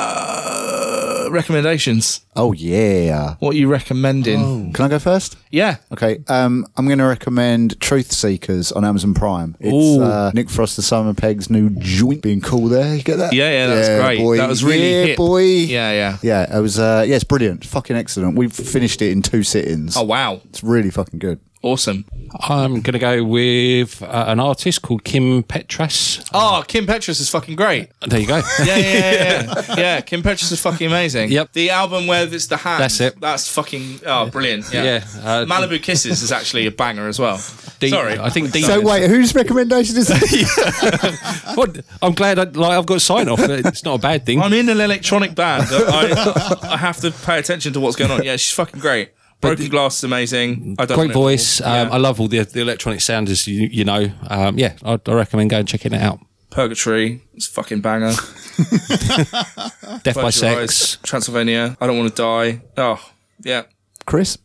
S4: Uh, recommendations.
S8: they? Oh yeah.
S4: What are you recommending?
S6: Oh.
S8: Can I go first?
S4: Yeah.
S8: Okay, um, I'm going to recommend Truth Seekers on Amazon Prime. It's uh, Nick Frost and Simon Pegg's new joint. Being cool there, you get that?
S4: Yeah, yeah, that's great.
S8: boy.
S4: That was really
S8: yeah,
S4: hip.
S8: boy.
S4: Yeah, yeah.
S8: yeah. It was. Uh, yeah, it's brilliant. Fucking excellent. We finished it in two sittings.
S4: Oh, wow.
S8: It's really fucking good.
S4: Awesome.
S6: i'm going to go with uh, an artist called kim petras
S4: Oh, Kim Petras is fucking great.
S6: there you go
S4: Yeah, yeah, yeah,
S6: (laughs)
S4: yeah. yeah, Kim Petras is fucking amazing.
S6: Yep.
S4: The album where it's the hand.
S6: That's it.
S4: That's fucking, oh, brilliant. Yeah.
S6: Yeah, uh,
S4: Malibu Kisses is actually a banger as well.
S6: D-
S4: Sorry.
S6: i think D-
S3: so wait, whose recommendation is
S4: (laughs)
S3: that?
S6: What? i'm glad I, like, i've got sign off it's not a bad thing
S4: (laughs) I'm in an electronic band. I, I have to pay attention to what's going on. Yeah, she's fucking great. Broken Glass is amazing. I don't
S6: Great
S4: know.
S6: voice. Um,
S4: Yeah.
S6: I love all the, the electronic sound, as you, you know. Um, yeah, I, I recommend going and checking it out.
S4: Purgatory. It's a fucking (laughs) banger.
S6: Death by
S4: Close Your Eyes,
S6: Sex.
S4: Transylvania. I don't want to die. Oh, yeah.
S8: (laughs) Chris,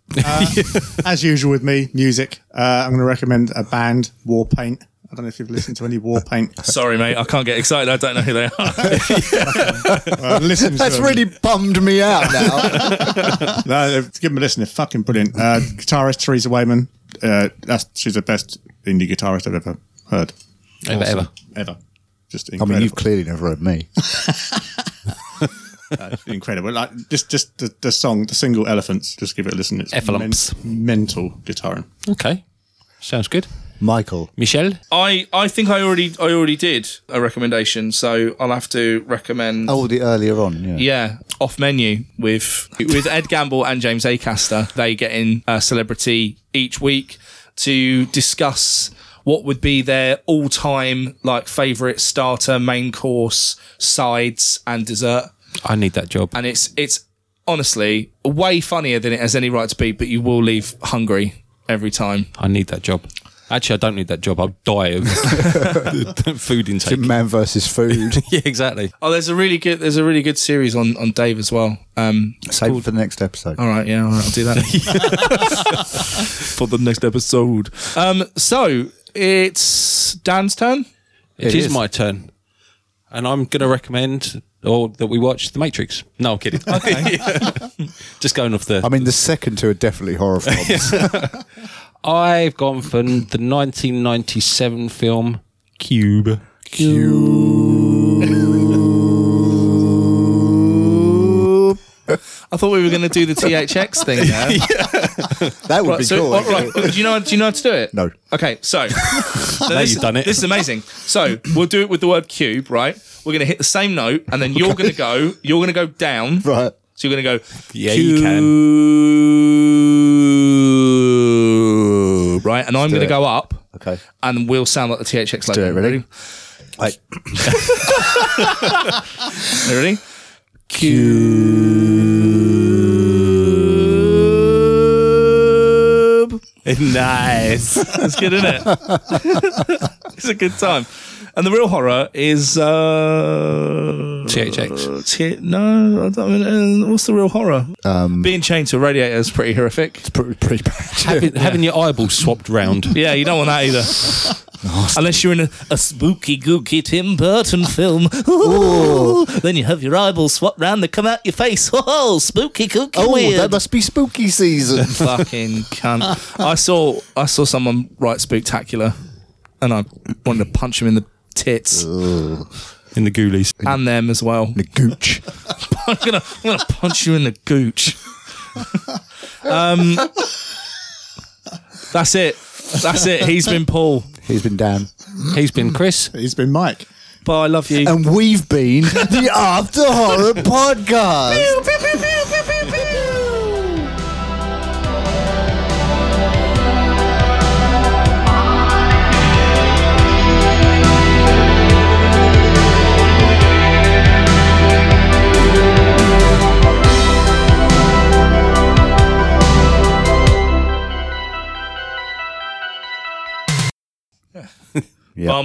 S5: As usual with me, music. Uh, I'm going to recommend a band, Warpaint. I don't know if you've listened to
S4: (laughs)
S5: any Warpaint.
S4: Sorry, mate. I can't get excited. I don't know who they are.
S5: Uh, listen to
S3: That's
S5: them.
S3: really bummed me out
S4: (laughs)
S3: now.
S5: No, give them a listen. They're fucking brilliant. Uh, guitarist Theresa Wayman. Uh, that's she's the best indie guitarist I've ever heard.
S6: Ever, ever.
S5: Ever. Just
S8: I
S5: incredible.
S8: mean, you've clearly never heard me.
S5: incredible. Like just just the, the song, the single Elephants. Just give it a listen. It's
S6: Effalumps.
S5: mental guitar.
S6: Okay. Sounds good.
S4: (laughs)
S8: Michael,
S6: Michelle?
S4: (laughs) I, I think I already I already did a recommendation, so I'll have to recommend.
S8: oh, the earlier on, yeah.
S4: Yeah, off menu with with Ed Gamble and James Acaster. They get in a celebrity each week to discuss what would be their all-time like favorite starter, main course, sides, and dessert.
S6: I need that job.
S4: And it's it's honestly way funnier than it has any right to be, but you will leave hungry every time.
S6: I need that job. Actually, I don't need that job. I'll die of (laughs) food intake.
S3: Man versus food.
S6: Yeah, exactly.
S4: Oh, there's a really good there's a really good series on on Dave as well. Um,
S8: Save it for the next episode.
S4: All right, yeah, all right, I'll do that for the next episode. Um, so it's Dan's turn.
S6: it is, my turn. And I'm going to recommend or that we watch The Matrix. No, I'm kidding. (laughs) Just going off the.
S3: I mean, the second two are definitely horror
S4: (laughs)
S3: films.
S6: I've gone for the 1997 film Cube.
S4: I thought we were going to do the (laughs) THX thing. There.
S3: (laughs) That would
S4: Right,
S3: be
S4: so,
S3: cool.
S4: all right, do you know? Do you know how to do it?
S3: No.
S4: Okay, so, so
S6: Now
S4: this-
S6: you've done it.
S4: This is amazing. So we'll do it with the word cube, right? We're going to hit the same note, and then you're going to go. You're going to go down.
S3: Right.
S4: So
S8: (laughs)
S4: you're going to go.
S6: Yeah, you can.
S4: Cube, right, and I'm going to go up.
S8: Okay.
S4: And we'll sound like the THX logo.
S8: do it, ready?
S4: (laughs)
S8: Like, (laughs)
S4: You ready? (laughs)
S6: nice.
S4: It's good, isn't it? it's a good time. And the real horror is uh,
S6: THX.
S4: T- no, I don't, uh, what's the real horror? Being chained to a radiator is pretty horrific.
S3: Um, Pretty, pretty bad.
S6: Having, having your eyeball swapped round.
S4: Yeah, you don't want that
S3: (laughs)
S4: either. Unless you're in a, a spooky, gooky Tim Burton film. (laughs) Then you have your eyeballs swapped round, they come out your face. (laughs) Oh, spooky, gooky,
S3: Oh,
S4: weird.
S3: that must be spooky
S4: (laughs)
S3: season.
S4: fucking cunt. I saw I saw someone write spooktacular, and I wanted to punch him in the tits
S6: In the ghoulies.
S4: and them as well.
S3: the gooch.
S4: (laughs) I'm gonna I'm gonna punch you in the gooch. um, That's it. That's it. He's been Paul.
S3: He's been Dan.
S6: He's been Chris.
S5: He's been Mike.
S4: Paul, I love you.
S3: And we've been
S4: (laughs)
S3: the After Horror Podcast.
S4: Bumhole.
S3: Yeah,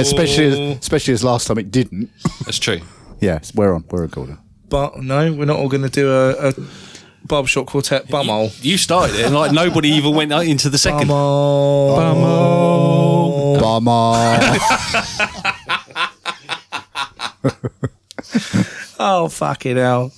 S3: especially as, especially as last time it didn't.
S6: That's true.
S3: Yes, we're on. We're recording.
S4: But no, we're not all going to do a, a barbershop quartet. (laughs) Bumhole.
S6: You started it, and like nobody even went out into the second.
S4: Bumhole.
S3: Bummer.
S4: Oh, fucking hell.